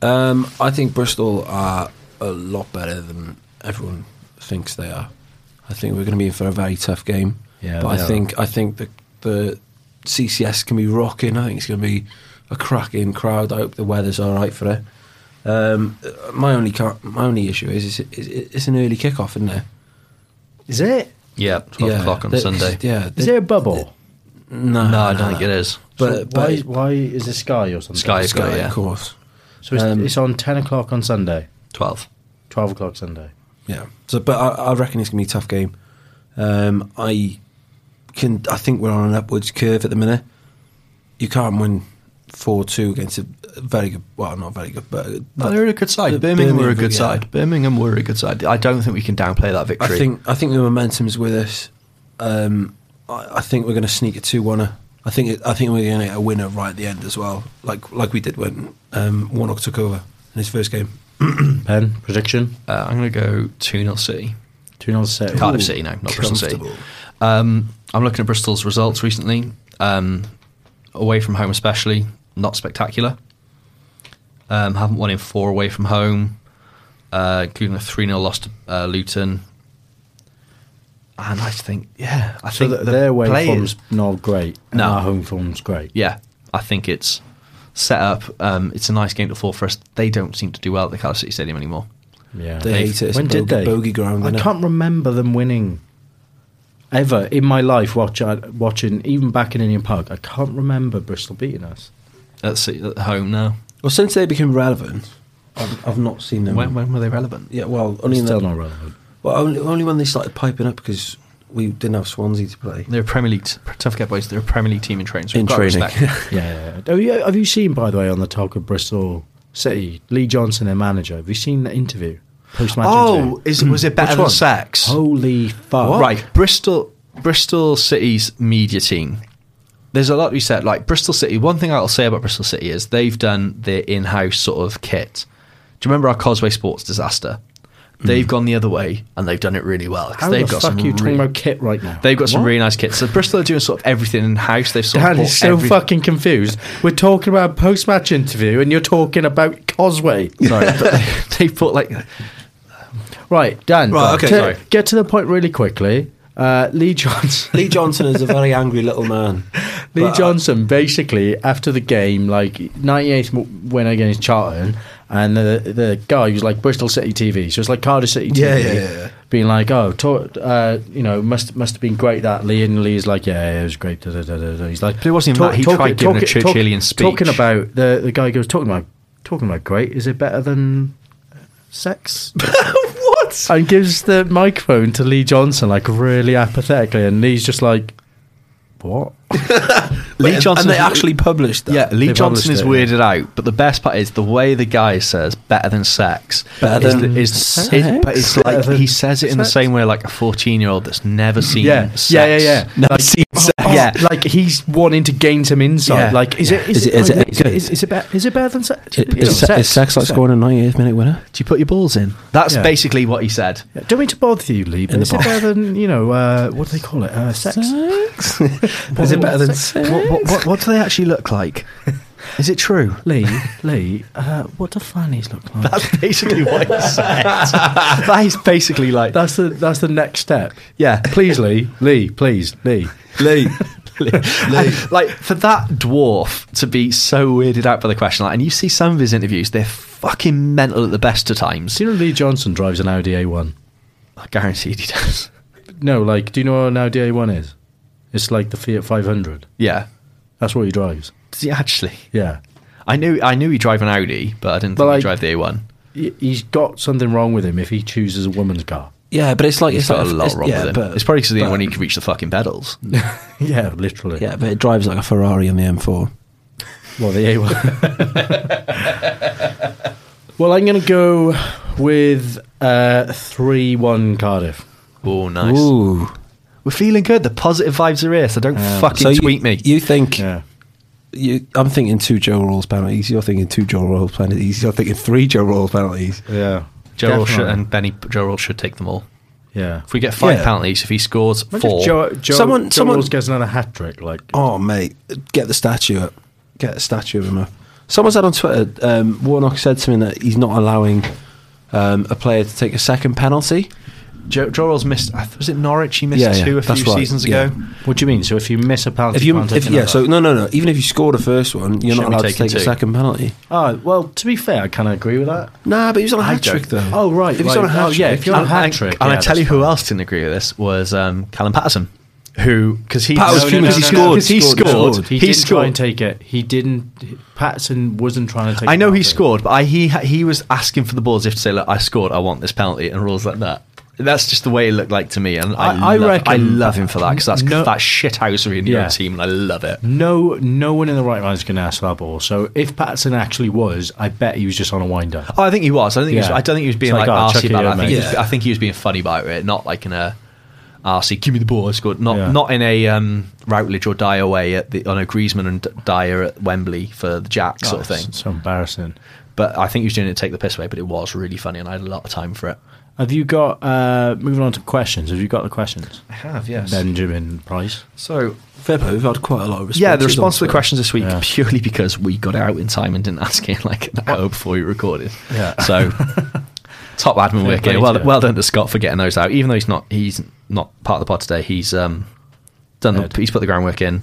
Um, I think Bristol are a lot better than everyone thinks they are. I think we're going to be in for a very tough game.
Yeah,
but I
they are.
think I think the the CCS can be rocking. I think it's going to be a cracking crowd. I hope the weather's all right for it. Um, uh, my only car- my only issue is, is, is it's an early kickoff, isn't it?
Is it?
Yeah, twelve o'clock on
They-
Sunday.
Yeah,
Is
they-
it a bubble?
No,
No, I don't think it is.
But,
So
but
why, why is it Sky or something?
Sky.
Uh, Sky,
yeah.
of course.
So it's,
Um,
it's on 10 o'clock on Sunday,
Twelve.
12 o'clock Sunday.
Yeah. So, but I, I reckon it's gonna be a tough game. Um, I can. I think we're on an upwards curve at the minute. You can't win four two against a very good. Well, not very good, but
No, they're a good side.
but
Birmingham, were a good
yeah.
side. Birmingham were a good side. I don't think we can downplay that victory.
I think. I think the momentum's with us. Um, I, I think we're gonna sneak a two one. I think. It, I think we're gonna get a winner right at the end as well, like like we did when um, Warnock took over in his first game.
Pen, prediction?
uh, I'm going to go two 0 City.
2 0 City.
Cardiff
Ooh.
City, no, not Bristol City.
comfortable.
Um, I'm looking at Bristol's results recently. Um, away from home, especially, not spectacular. Um, haven't won in four away from home, uh, including a 3 0 loss to uh, Luton. And I think, yeah, I
So
think
th- their away
players-
form's not great. And
No.
Our home form's great.
yeah, I think it's set up. Um, it's a nice game to fall for us. They don't seem to do well at the Cardiff City Stadium anymore.
Yeah.
They
They've-
hate it. It's
when
a bogey,
did they?
bogey ground?
I
innit?
can't remember them winning ever in my life. Watch, I- watching even back in Indian Park, I can't remember Bristol beating us.
At, City, at home now.
Well, since they became relevant, I've, I've not seen them.
When, when were they relevant?
Yeah, well, only in
Still
the-
not relevant.
well, only, only when they started piping up because we didn't have Swansea to play.
They're a Premier League, t- tough get boys, they're a Premier League team in training. So
In
we've got
training.
respect.
Yeah. yeah, Oh, yeah. Have, you, have you seen, by the way, on the talk of Bristol City, Lee Johnson, their manager? Have you seen the interview? Post match interview.
Oh, is, was it better
Which
than
one?
sex?
Holy fuck!
Oh, Right, Bristol, Bristol City's media team. There's a lot to be said. Like Bristol City, one thing I'll say about Bristol City is they've done their in-house sort of kit. Do you remember our Causeway Sports disaster? They've gone the other way and they've done it really well. 'cause
Mm. How
they've
the
got
fuck
some
are you talking
really-
about kit right now?
They've got some
What?
really nice kits. So Bristol are doing sort of everything in house. They've sort
Dan
of bought
is so
every-
fucking confused. We're talking about a post-match interview, and you're talking about Cosway. Sorry,
they've bought like
Right, Dan.
Right, okay,
to-
sorry.
Get to the point really quickly. Uh, Lee Johnson.
Lee Johnson is a very angry little man.
Lee
But, uh,
Johnson basically after the game, like 98th mo- win against Charlton, and the the guy who's like Bristol City TV, so it's like Cardiff City TV,
Yeah, yeah, yeah, yeah.
being like, oh, to- uh, you know, must must have been great that Lee, and Lee's like, yeah, yeah, it was great. Da, da, da, da. da. He's like,
But it wasn't even that. He tried giving a Churchillian speech.
Talking about the the guy goes talking about talking about great. Is it better than sex?
what?
and gives the microphone to Lee Johnson like really apathetically, and Lee's just like, "What?"
Lee Johnson.
and they actually published that.
Yeah, Lee
They published
Johnson is
it,
weirded out, but the best part is the way the guy says "better than sex."
Better
is,
than
is,
sex?
is- but it's
Better
like
than
he says it in the
sex?
same way like a fourteen-year-old that's never seen.
Yeah,
sex.
yeah, yeah, yeah.
Never
Like,
seen sex.
yeah, like he's wanting to gain some insight.
Yeah.
Like, is it is
Is
it
it- is it
is it
good?
is, is it better is it better than sex?
Is, is se- is sex like scoring a 98th minute winner?
Do you put your balls in? That's
Yeah.
basically what he said.
Yeah, Don't mean to bother you, Lee, but
the
is it
box.
better than you know? Uh, what do they call it? Uh, sex.
Is it better than sex?
What, what, what, what do they actually look like? Is it true?
Lee, Lee, uh, what do fannies look like?
That's basically what he said. that is basically like
That's the that's the next step.
yeah.
Please, Lee, Lee, please, Lee.
Lee.
And, like for that dwarf to be so weirded out by the question, like, and you see some of his interviews, they're fucking mental at the best of times.
Do you know Lee Johnson drives an Audi A1?
I guaranteed he does.
No, like, do you know what an Audi A1 is? It's like the Fiat 500.
Yeah.
That's what he drives.
Does he actually?
Yeah.
I knew I knew he drove an Audi, but I didn't
But
think
like-
he'd drive the A1.
He- He's got something wrong with him if he chooses a woman's car.
Yeah, but it's like
He's
it's
got
like
a lot wrong
yeah,
with him.
But,
it's probably because the
but-
only one he could reach the fucking pedals.
yeah, literally.
Yeah, but it drives like a Ferrari on the M4.
Well, the A1. well, I'm going to go with uh, 3 1 Cardiff.
Oh, nice.
Ooh.
We're feeling good. The positive vibes are here, so don't fucking
you-
tweet me.
You think
Yeah.
you, I'm thinking two Joe Rolls penalties. You're thinking two Joe Rolls penalties. You're thinking three Joe Rolls penalties.
Yeah.
Joe Roll should,
Definitely.
and Benny Joe Roll should take them all.
Yeah.
If we get five
Yeah.
penalties, if he scores
Imagine
four,
if Joe, Joe,
Someone-
Joe
someone-
Rolls gets another hat trick. Like,
Oh, mate, get the statue up. Get a statue of him up. Someone said on Twitter, um, Warnock said something that he's not allowing um, a player to take a second penalty.
Joe, Joe Roll's missed. I th- Was it Norwich? He missed
Yeah, yeah,
two a
that's
few
right,
seasons
yeah.
ago.
what do you mean? So if you miss a penalty,
If you,
can't take
if, yeah,
another?
so no, no, no. Even if you score the first one, you're
Shouldn't
not allowed
be
to
taking
take a
two.
second penalty.
Oh, well, to be fair, I kind of agree with that.
Nah, but he was on a
I
hat trick
don't.
though.
Oh, right,
If he's
right.
on a hat
Oh,
trick,
yeah, if you're on a
And-
hat
and-
trick,
And
yeah,
I tell
that's
you who else didn't agree with this was um, Callum Patterson, who because he
Pat was fuming 'cause he scored,
because he
scored,
scored,
scored.
he,
He, didn't
scored.
try and take it. He didn't. Patson wasn't trying to take.
I
a
know he
penalty.
scored, but I, he he was asking for the ball as if to say, "Look, I scored. I want this penalty," and rules like that. That's just the way it looked like to me, and I,
I- I
love,
reckon-
I love him for that because that's
No-
that shithousery in your
Yeah.
own team, and I love it.
No, no one in the right mind is going to ask for that ball. So if Patson actually was, I bet he was just on a winder.
Oh, I think he was. I think he was,
Yeah.
I don't think he was being
It's
like,
like, "Oh, chuck
arsy
it
about it.
in,
I think, he
mate."
was, I think he was being funny about it, not like in a arsy. Give me the ball. I scored. Not
Yeah.
not in a um, Routledge or Dyer way at the on a Griezmann and D- Dyer at Wembley for the Jack sort of
Oh, it's
thing.
So embarrassing.
But I think he was doing it to take the piss away. But it was really funny, and I had a lot of time for it.
Have you got uh, moving on to questions? Have you got the questions,
I have yes.
Benjamin Price?
so
fair play. We've had quite a lot of responses.
yeah, the
on
response to the
Twitter.
questions this week
Yeah.
purely because we got it out in time and didn't ask it like an hour before we recorded.
Yeah.
So top admin work
play
here. Well,
to you.
well done to Scott for getting those out. Even though he's not he's not part of the pod today, he's um done the,
Ed.
he's put the groundwork in.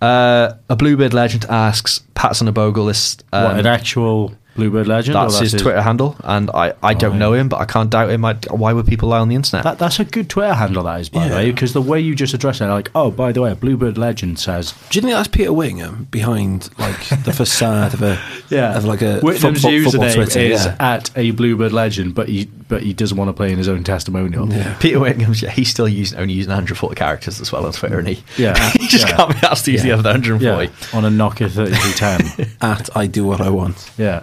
Uh, a Bluebird legend asks Patson a Bogle list. Um,
what an actual Bluebird legend. or
that's his Twitter handle, and I, I don't
Right.
know him, but I can't doubt him. I, why would people lie on the internet?
That, that's a good Twitter handle, that is, by the
Yeah.
way, because the way you just address it, like, oh, by the way, a Bluebird legend says,
Do you think that's Peter Wingham behind like the facade of a of like a
Whitlam's
football, football
username
Twitter?
is
yeah.
at a Bluebird legend, but he but he doesn't want to play in his own testimonial. Yeah,
Peter Wickham's, yeah, he's still using only using 140 characters as well on Twitter, and he
Yeah.
he just
Yeah.
can't be asked to use the other 140.
on a Nokia thirty two ten.
At I do what I want.
Yeah,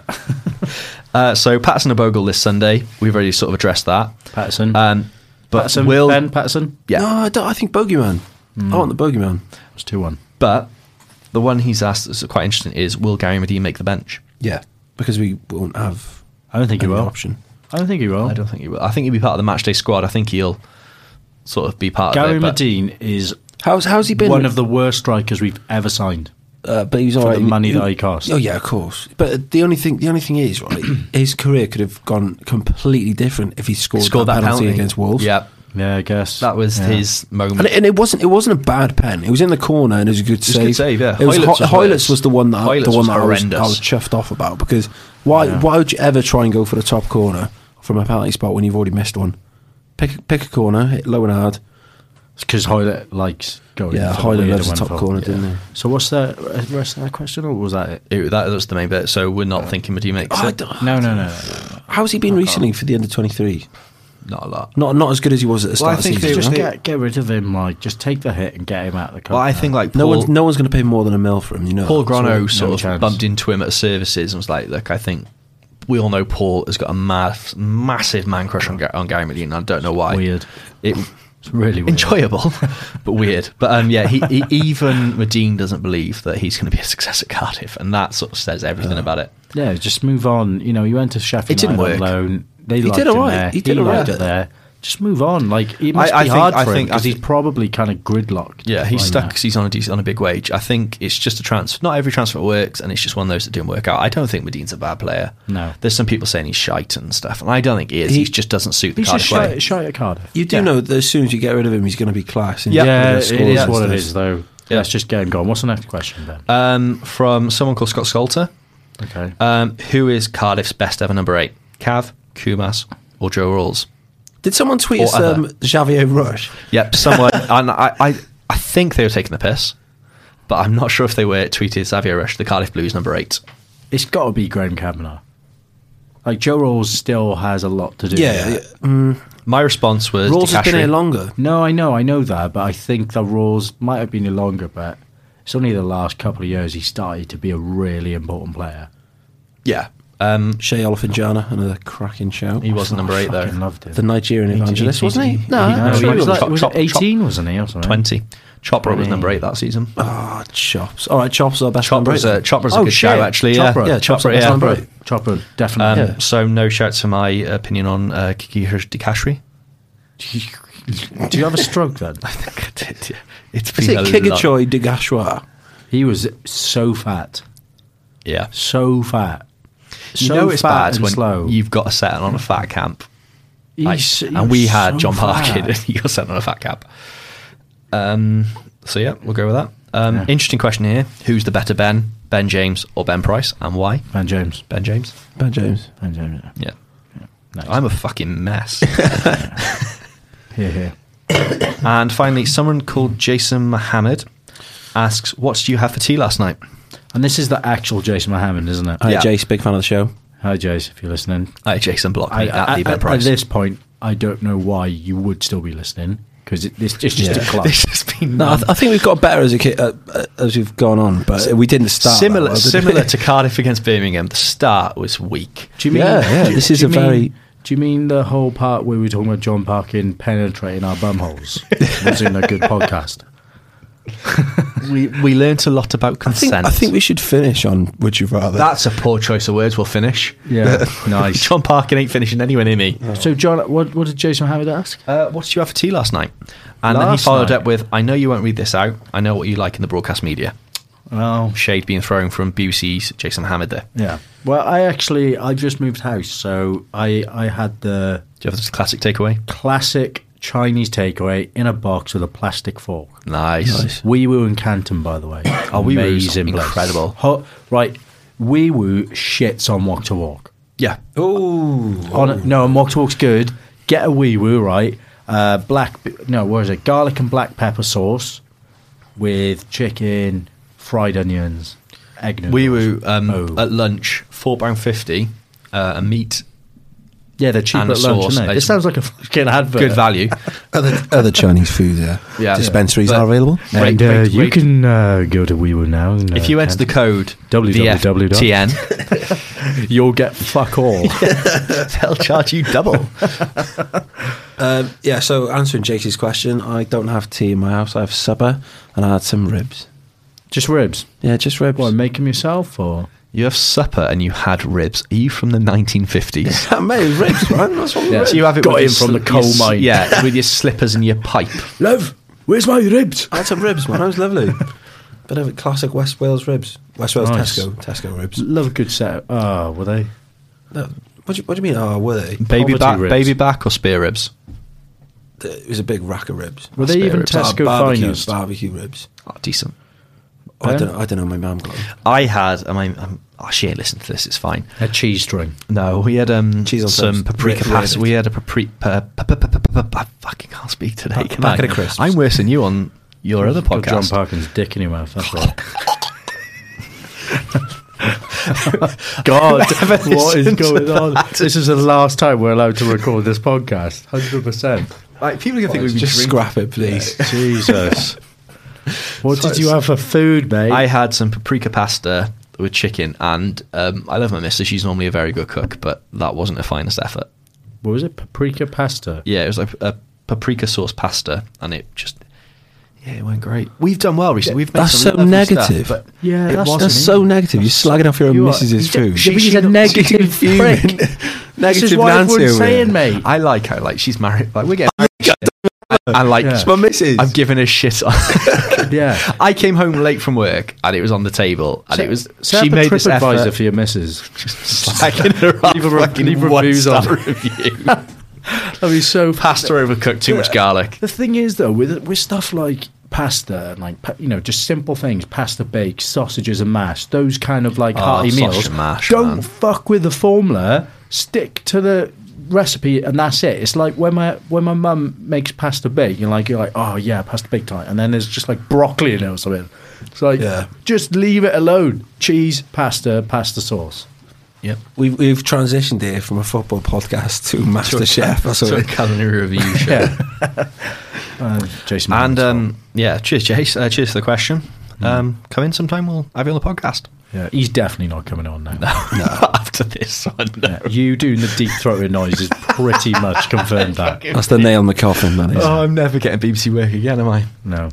Uh, so Patson and Bogle this Sunday, we've already sort of addressed that.
Patterson,
Um, but
Patterson,
will
Ben Patterson.
yeah,
No, I, don't, I think Bogeyman. I want the Bogeyman.
It's two one.
but the one he's asked that's quite interesting is will Gary Medine make the bench?
Yeah, because we won't have
I don't think he
an
will.
option.
I don't think he will.
I don't think he will. I think he'll be part of the matchday squad. I think he'll sort of be part
Gary
of it. but-
Medine is
How's how's he been?
one of the worst strikers we've ever signed.
uh, but he was all
the
right.
money that he cost.
Oh yeah, of course. But the only thing the only thing is right, his career could have gone completely different if he scored,
scored
that,
that
penalty, against Wolves.
Yeah,
Yeah, I guess
that was
Yeah.
his moment.
And it, and it wasn't. It wasn't a bad pen. It was in the corner, and it was a good
was a
save.
good save, yeah.
It was
Hoylett's
Ho-
was
Hoylett's
worse.
was the one that
Hoylett's
the one
was
that I was, I
horrendous.
was chuffed off about because why? Why would you ever try and go for the top corner from a penalty spot when you've already missed one? Pick pick a corner, hit low and hard.
because Hoylet likes going.
Yeah,
for
Hoylet
weird
loves the
and
top
wonderful.
corner, didn't he?
So what's the rest of that question, or was that it?
It- that was the main bit. So we're not thinking Medine makes
Oh, I
it.
don't-
No, no, no.
How's he been recently for the under twenty three?
Not a lot.
Not not as good as he was at the start
Well, I
of
think
season.
they-
you
Just
know?
get get rid of him. Like, just take the hit and get him out of the club.
Well, I think like Paul,
no one's no one's going to pay more than a mil for him. You know,
Paul
So-
Grano
no
sort
chance.
of bumped into him at services and was like, "Look, I think we all know Paul has got a mass, massive man crush on, Ga- on Gary Medine. and I don't know why.
weird.
It
It's really weird.
enjoyable, but weird. But um, yeah, he, he, even Medine doesn't believe that he's going to be a success at Cardiff, and that sort of says everything about it.
Yeah, just move on. You know, you went to Sheffield
It didn't
United
work.
on loan. They
He
liked
did
him
alright.
there.
He did
liked
alright.
it there. Just move on. Like it must
I
be
think-
hard
I
for him
think- I
because he's
think-
probably kind of gridlocked.
Yeah,
right
he's stuck
now.
'cause he's on a decent, on a big wage. I think it's just a transfer. Not every transfer works, and it's just one of those that didn't work out. I don't think Medine's a bad player.
No.
there's some people saying he's shite and stuff, and I don't think he is.
He-
He, just doesn't suit the
He's
Cardiff
just shy,
way.
shy at Cardiff.
You do
Yeah.
know that as soon as you get rid of him, he's going to be class. and
Yeah.
he's gonna
Yeah, it is
go score and
what it
stuff.
is, though.
Yeah.
Let's just get him gone. What's the next question, Ben?
Um, from someone called Scott Scoulter.
okay.
Um, who is Cardiff's best ever number eight? Cav, Kumas, or Joe Rawls?
Did someone tweet
Or
us
other.
um, Xavier Rush?
Yep, someone. and I, I, I think they were taking the piss, but I'm not sure if they were tweeted Xavier Rush, the Cardiff Blues number eight.
It's got to be Graham Kavanagh. Like Joe Rawls still has a lot to do.
Yeah,
there.
yeah.
My response was
Rawls has been
Decashri.
here longer.
No, I know, I know that, but I think the Rawls might have been here longer, but it's only the last couple of years he started to be a really important player.
Yeah, Um,
Shea Olifanjana, another cracking show.
he was number eight
Fucking
though.
loved it.
The Nigerian evangelist, wasn't he?
No,
No,
he
he
was
was
like
top-
was it
top- top-
18, wasn't he? Or something?
Twenty. Chopra was number eight that season.
Ah, Chops. All right, Chops are best
Chopra's
number
a,
eight.
Chopra's
Oh,
a good
shit.
show actually.
Chopra.
Yeah,
Yeah, Chopra's
Chopra.
best
Yeah.
number
Chopper, Chopper,
Um,
definitely.
So no shouts for my opinion on uh, Kiki Dikashri.
Do you have a stroke then?
It's
Is
been
it
a lot-
Kigachoy Degashwa?
he was so fat,
Yeah.
so fat,
You
so
know it's
fat
bad
and
when
slow.
you've got a set on a fat camp.
He's-
Like,
he
and
was
we had
so
John Parkin
fat.
and he got sent on a fat cap. Um, so yeah, we'll go with that. Um,
Yeah.
Interesting question here: Who's the better Ben, Ben James or Ben Price, and why?
Ben James.
Ben James.
Ben James.
Ben James.
Yeah,
Nice.
I'm a fucking mess.
here, here.
and finally, someone called Jason Mohammed asks, "What did you have for tea last night?"
And this is the actual Jason Mohammed, isn't it?
Hi,
Yeah.
Jace, big fan of the show.
Hi, Jace, if you're listening.
Hi, Jason Block.
I,
I, at
I-
the
at,
Ben
at
Price.
this point, I don't know why you would still be listening because it, this it's just a club.
This has been
No, I, th- I think we've got better as a kid, uh, uh, as we've gone on, but we didn't start that
similar,
well, did we?
similar to Cardiff against Birmingham. The start was weak.
Do you mean?
Yeah, yeah,
do-
this
do
is
you
a
mean-
very-
Do you mean the whole part where we were talking about John Parkin penetrating our bumholes wasn't a good podcast?
We we learnt a lot about
I think,
consent.
I think we should finish on Would You Rather.
That's a poor choice of words. We'll finish.
Yeah, nice.
John Parkin ain't finishing anywhere near me.
So, John, what, what did Jason Mohammed ask?
Uh, what did you have for tea last night? And then he
Last
followed
night?
up with, "I know you won't read this out. I know what you like in the broadcast media."
Oh,
Shade being thrown from Busey's Jason Hamid. There,
yeah. Well, I actually I just moved house, so I I had the
do you have this classic takeaway?
classic Chinese takeaway in a box with a plastic fork.
Nice.
Wee Woo in Canton, by the way.
Oh, Wee Woo's
Amazing place.
incredible.
Ho- right, Wee Woo shits on Walk to Walk.
Yeah,
On no, and Walk to Walk's good. Get a Wee Woo, right? Uh, black, no, what is it? Garlic and black pepper sauce with chicken, fried onions, egg noodles.
we were um,
Oh.
at lunch four pound fifty uh, a meat,
Yeah, they're cheap
and
at
the
lunch,
sauce.
aren't they? This
It's
sounds like a fucking advert.
good value.
other, other Chinese food, yeah.
Yeah.
uh, Dispensaries
But-
are available.
Rate- rate- rate-
uh, can uh, go to WeWoo now. And, uh,
if you enter the code
www.tn,
WWWTN,
you'll get fuck all.
they'll charge you double.
Um, yeah, so answering Jace's question, I don't have tea in my house. I have supper and I had some ribs.
Just ribs.
Yeah, just ribs.
What, make them yourself or?
You have supper and you had ribs. Are you from the 1950s?
I made ribs, man. That's what
Yeah.
ribs.
So you have it
Got
with
in
your
from
sl-
the coal
your s-
mine.
Yeah, with your slippers and your pipe.
Love, where's my ribs?
I had some ribs, man. That was lovely. Bit of a classic West Wales ribs. West Wales
Nice.
Tesco. Tesco ribs.
Love a good set. Oh, were they?
No, What do, you, what do you mean? Oh, were they?
Baby
Poverty
back,
ribs.
baby back, or spear ribs?
It was a big rack of ribs.
Were
Spare
they even
ribs.
Tesco
barbecue,
finest?
barbecue ribs.
Oh, decent.
I
Yeah.
don't. I don't know. My mum got them.
I had. I mean, um, oh, she ain't listened to this. It's fine.
A cheese string.
No, we had um
Cheese on
some
toast.
paprika
Ri-
pasta.
ribbed.
We had a paprika. I fucking can't speak today.
Pa-
Can
packet
I?
of crisps.
I'm worse than you on your other
Got John
podcast.
Parkin's dick in your mouth. That's right. God, what is
listened to
going on?
that.
This is the last time we're allowed to record this podcast. Hundred percent.
Like, people are gonna think we've been
Just
drinking.
scrap it, please.
Jesus. What did you have for food, mate?
I had some paprika pasta with chicken, and um, I love my mister. She's normally a very good cook, but that wasn't her finest effort.
what was it? Paprika pasta.
Yeah, it was like a paprika sauce pasta, and it just yeah, it went great. We've done well recently. We've made
That's
some
so
lovely
negative.
stuff, but
Yeah,
it
that's-
wasn't
That's
it.
so negative. You're slagging off your own
You are-
missus's
you don't-
food.
She- she's
she
a
not-
negative
she's human.
prick. this is
Negative
what
Nancy
everyone's
over here.
saying, mate.
I like her. Like she's married. Like we're getting. married. I like.
Yeah.
It's my missus.
I'm giving her shit. On.
Yeah.
I came home late from work, and it was on the table, and it was.
Set
she
up a
made this
TripAdvisor
effort.
for your missus.
Slacking her up,
Leave a re- leave
fucking one
reviews on.
star review.
That'd be so
Pasta overcooked, too much garlic.
The thing is, though, with with stuff like pasta and like pa- you know just simple things, pasta baked, sausages and mash, those kind of like
Oh,
hearty
sausage
meals.
and mash,
don't
man.
fuck with the formula. Stick to the recipe, and that's it. It's like when my when my mum makes pasta bake, you're like you're like oh yeah, pasta bake tonight, and then there's just like broccoli in it or something. It's like
Yeah.
just leave it alone. Cheese, pasta, pasta sauce.
Yep.
We've, we've transitioned here from a football podcast to Master Chef. That's what
So a
it
culinary review show.
Yeah. Uh, Jason
And
Moran's
um, yeah, cheers, Jace. Uh, cheers for the question.
Mm.
Um, come in sometime. We'll have you on the podcast.
fault. yeah, he's definitely not coming on now.
After to this one. No.
You doing the deep throated noise is pretty much confirmed that.
That's the nail in the coffin, that is.
Oh, I'm never getting BBC work again, am I?
No.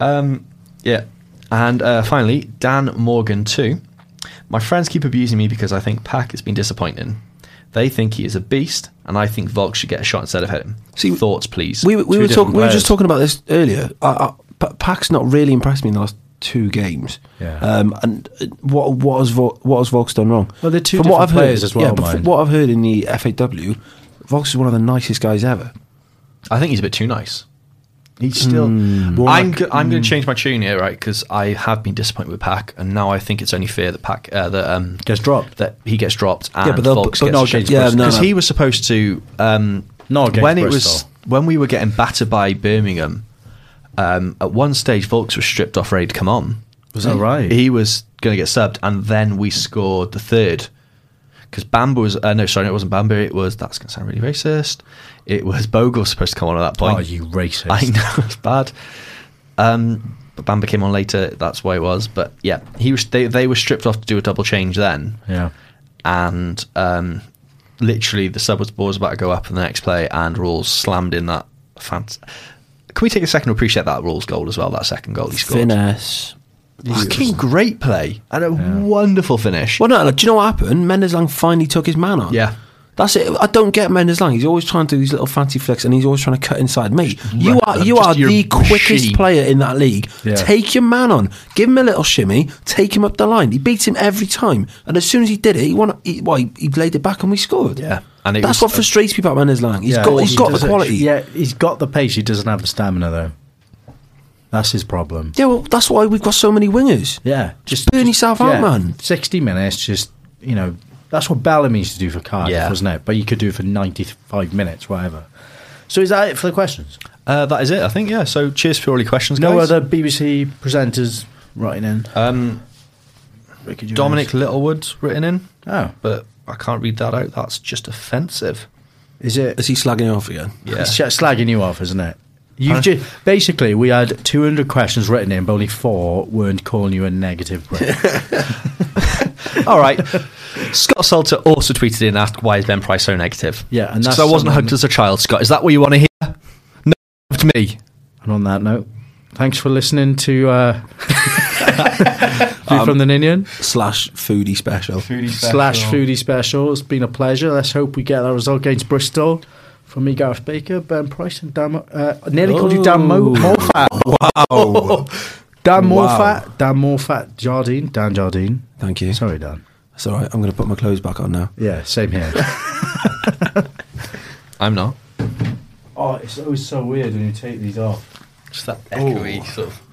Um, yeah. And uh, finally, Dan Morgan too. My friends keep abusing me because I think Pac has been disappointing. They think he is a beast, and I think Volk should get a shot instead of him.
See,
Thoughts, please.
We, we,
Two
were,
different
talk, we were
players.
just talking about this earlier. I, I, Pa- Pac's not really impressed me in the last two games.
Yeah.
Um, and uh, what what has Vol, what has Volks done wrong?
Well, they're two different players
heard,
as well,
Yeah, but from
mind.
what I've heard in the FAW, Volks is one of the nicest guys ever.
I think he's a bit too nice. He's still.
Hmm.
mm. I'm go- I'm going to change my tune here, right? Because I have been disappointed with Pac, and now I think it's only fair that Pac uh, that um
Gets dropped.
that he gets dropped and yeah,
but
but
they'll-
Volks
but
gets
no,
because
yeah, no, no.
he was supposed to um
Not against
when it was
Bristol.
when we were getting battered by Birmingham. Um, at one stage, Volks was stripped off ready to come on.
Was that right?
He was going to get subbed, and then we scored the third. Because Bamber was, uh, no, sorry, no, it wasn't Bamber. It was, that's going to sound really racist. It was Bogle supposed to come on at that point.
Oh, you racist.
I know it's bad. Um, but Bamba came on later. That's why it was. But yeah, he was. They, they were stripped off to do a double change then,
Yeah.
and um, literally the sub was ball was about to go up in the next play, and Rules slammed in that. Fant- Can we take a second to appreciate that Rules goal as well? That second goal he scored.
Finesse.
Fucking great play and a wonderful finish.
Well, no, like, do you know what happened? Mendes Lang finally took his man on.
Yeah.
That's it. I don't get Mendes Lang. He's always trying to do these little fancy flicks, and he's always trying to cut inside. Mate, you
wreck
are
them.
you
Just
are
you're
the
a
quickest
machine.
player in that league.
Yeah.
Take your man on, give him a little shimmy, take him up the line. He beats him every time, and as soon as he did it, he won. He, well, he, he laid it back, and we scored.
Yeah. And it
that's
was-
what frustrates me about Mendes Lang. He's
Yeah,
got he's
he
got the
doesn't-
quality.
Yeah, he's got the pace. He doesn't have the stamina though. That's his problem.
Yeah, well, that's why we've got so many wingers.
Yeah,
Just burn yourself out, man.
Sixty minutes, just you know, that's what Bellamy used to do for Cardiff,
Yeah.
wasn't it? But you could do it for ninety-five minutes, whatever. So is that it for the questions?
Uh, that is it, I think. Yeah. So cheers for all your questions,
No
guys.
other BBC presenters writing in.
um,
Ricky Gervais.
Dominic Littlewood's written in,
Oh,
but I can't read that out. That's just offensive.
is it?
Is he slagging off again?
Yeah.
It's just slagging you off, isn't it? You've
Huh?
ju- basically we had two hundred questions written in, but only four weren't calling you a negative. prick.
All right. Scott Salter also tweeted in and asked, Why is Ben Price so negative?
Yeah, and
It's 'cause
that's
I wasn't
something-
hugged as a child, Scott. Is that what you want to hear? No, one hugged me.
And on that note, thanks for listening to uh, View from the Ninian
Slash foodie special.
slash Foodie Special. It's been a pleasure. Let's hope we get that result against Bristol. From me, Gareth Baker, Ben Price, and Dan. Mo- Uh, I nearly called you Dan Mo-
Oh.
Morfat.
Oh,
Dan
Wow.
Morfat. Dan Morfat. Jardine. Dan Jardine.
thank you.
Sorry, Dan.
It's all right. I'm going to put my clothes back on now.
Yeah, same here.
I'm not.
oh, it's always so weird when you take these off.
Just that echoey sort of.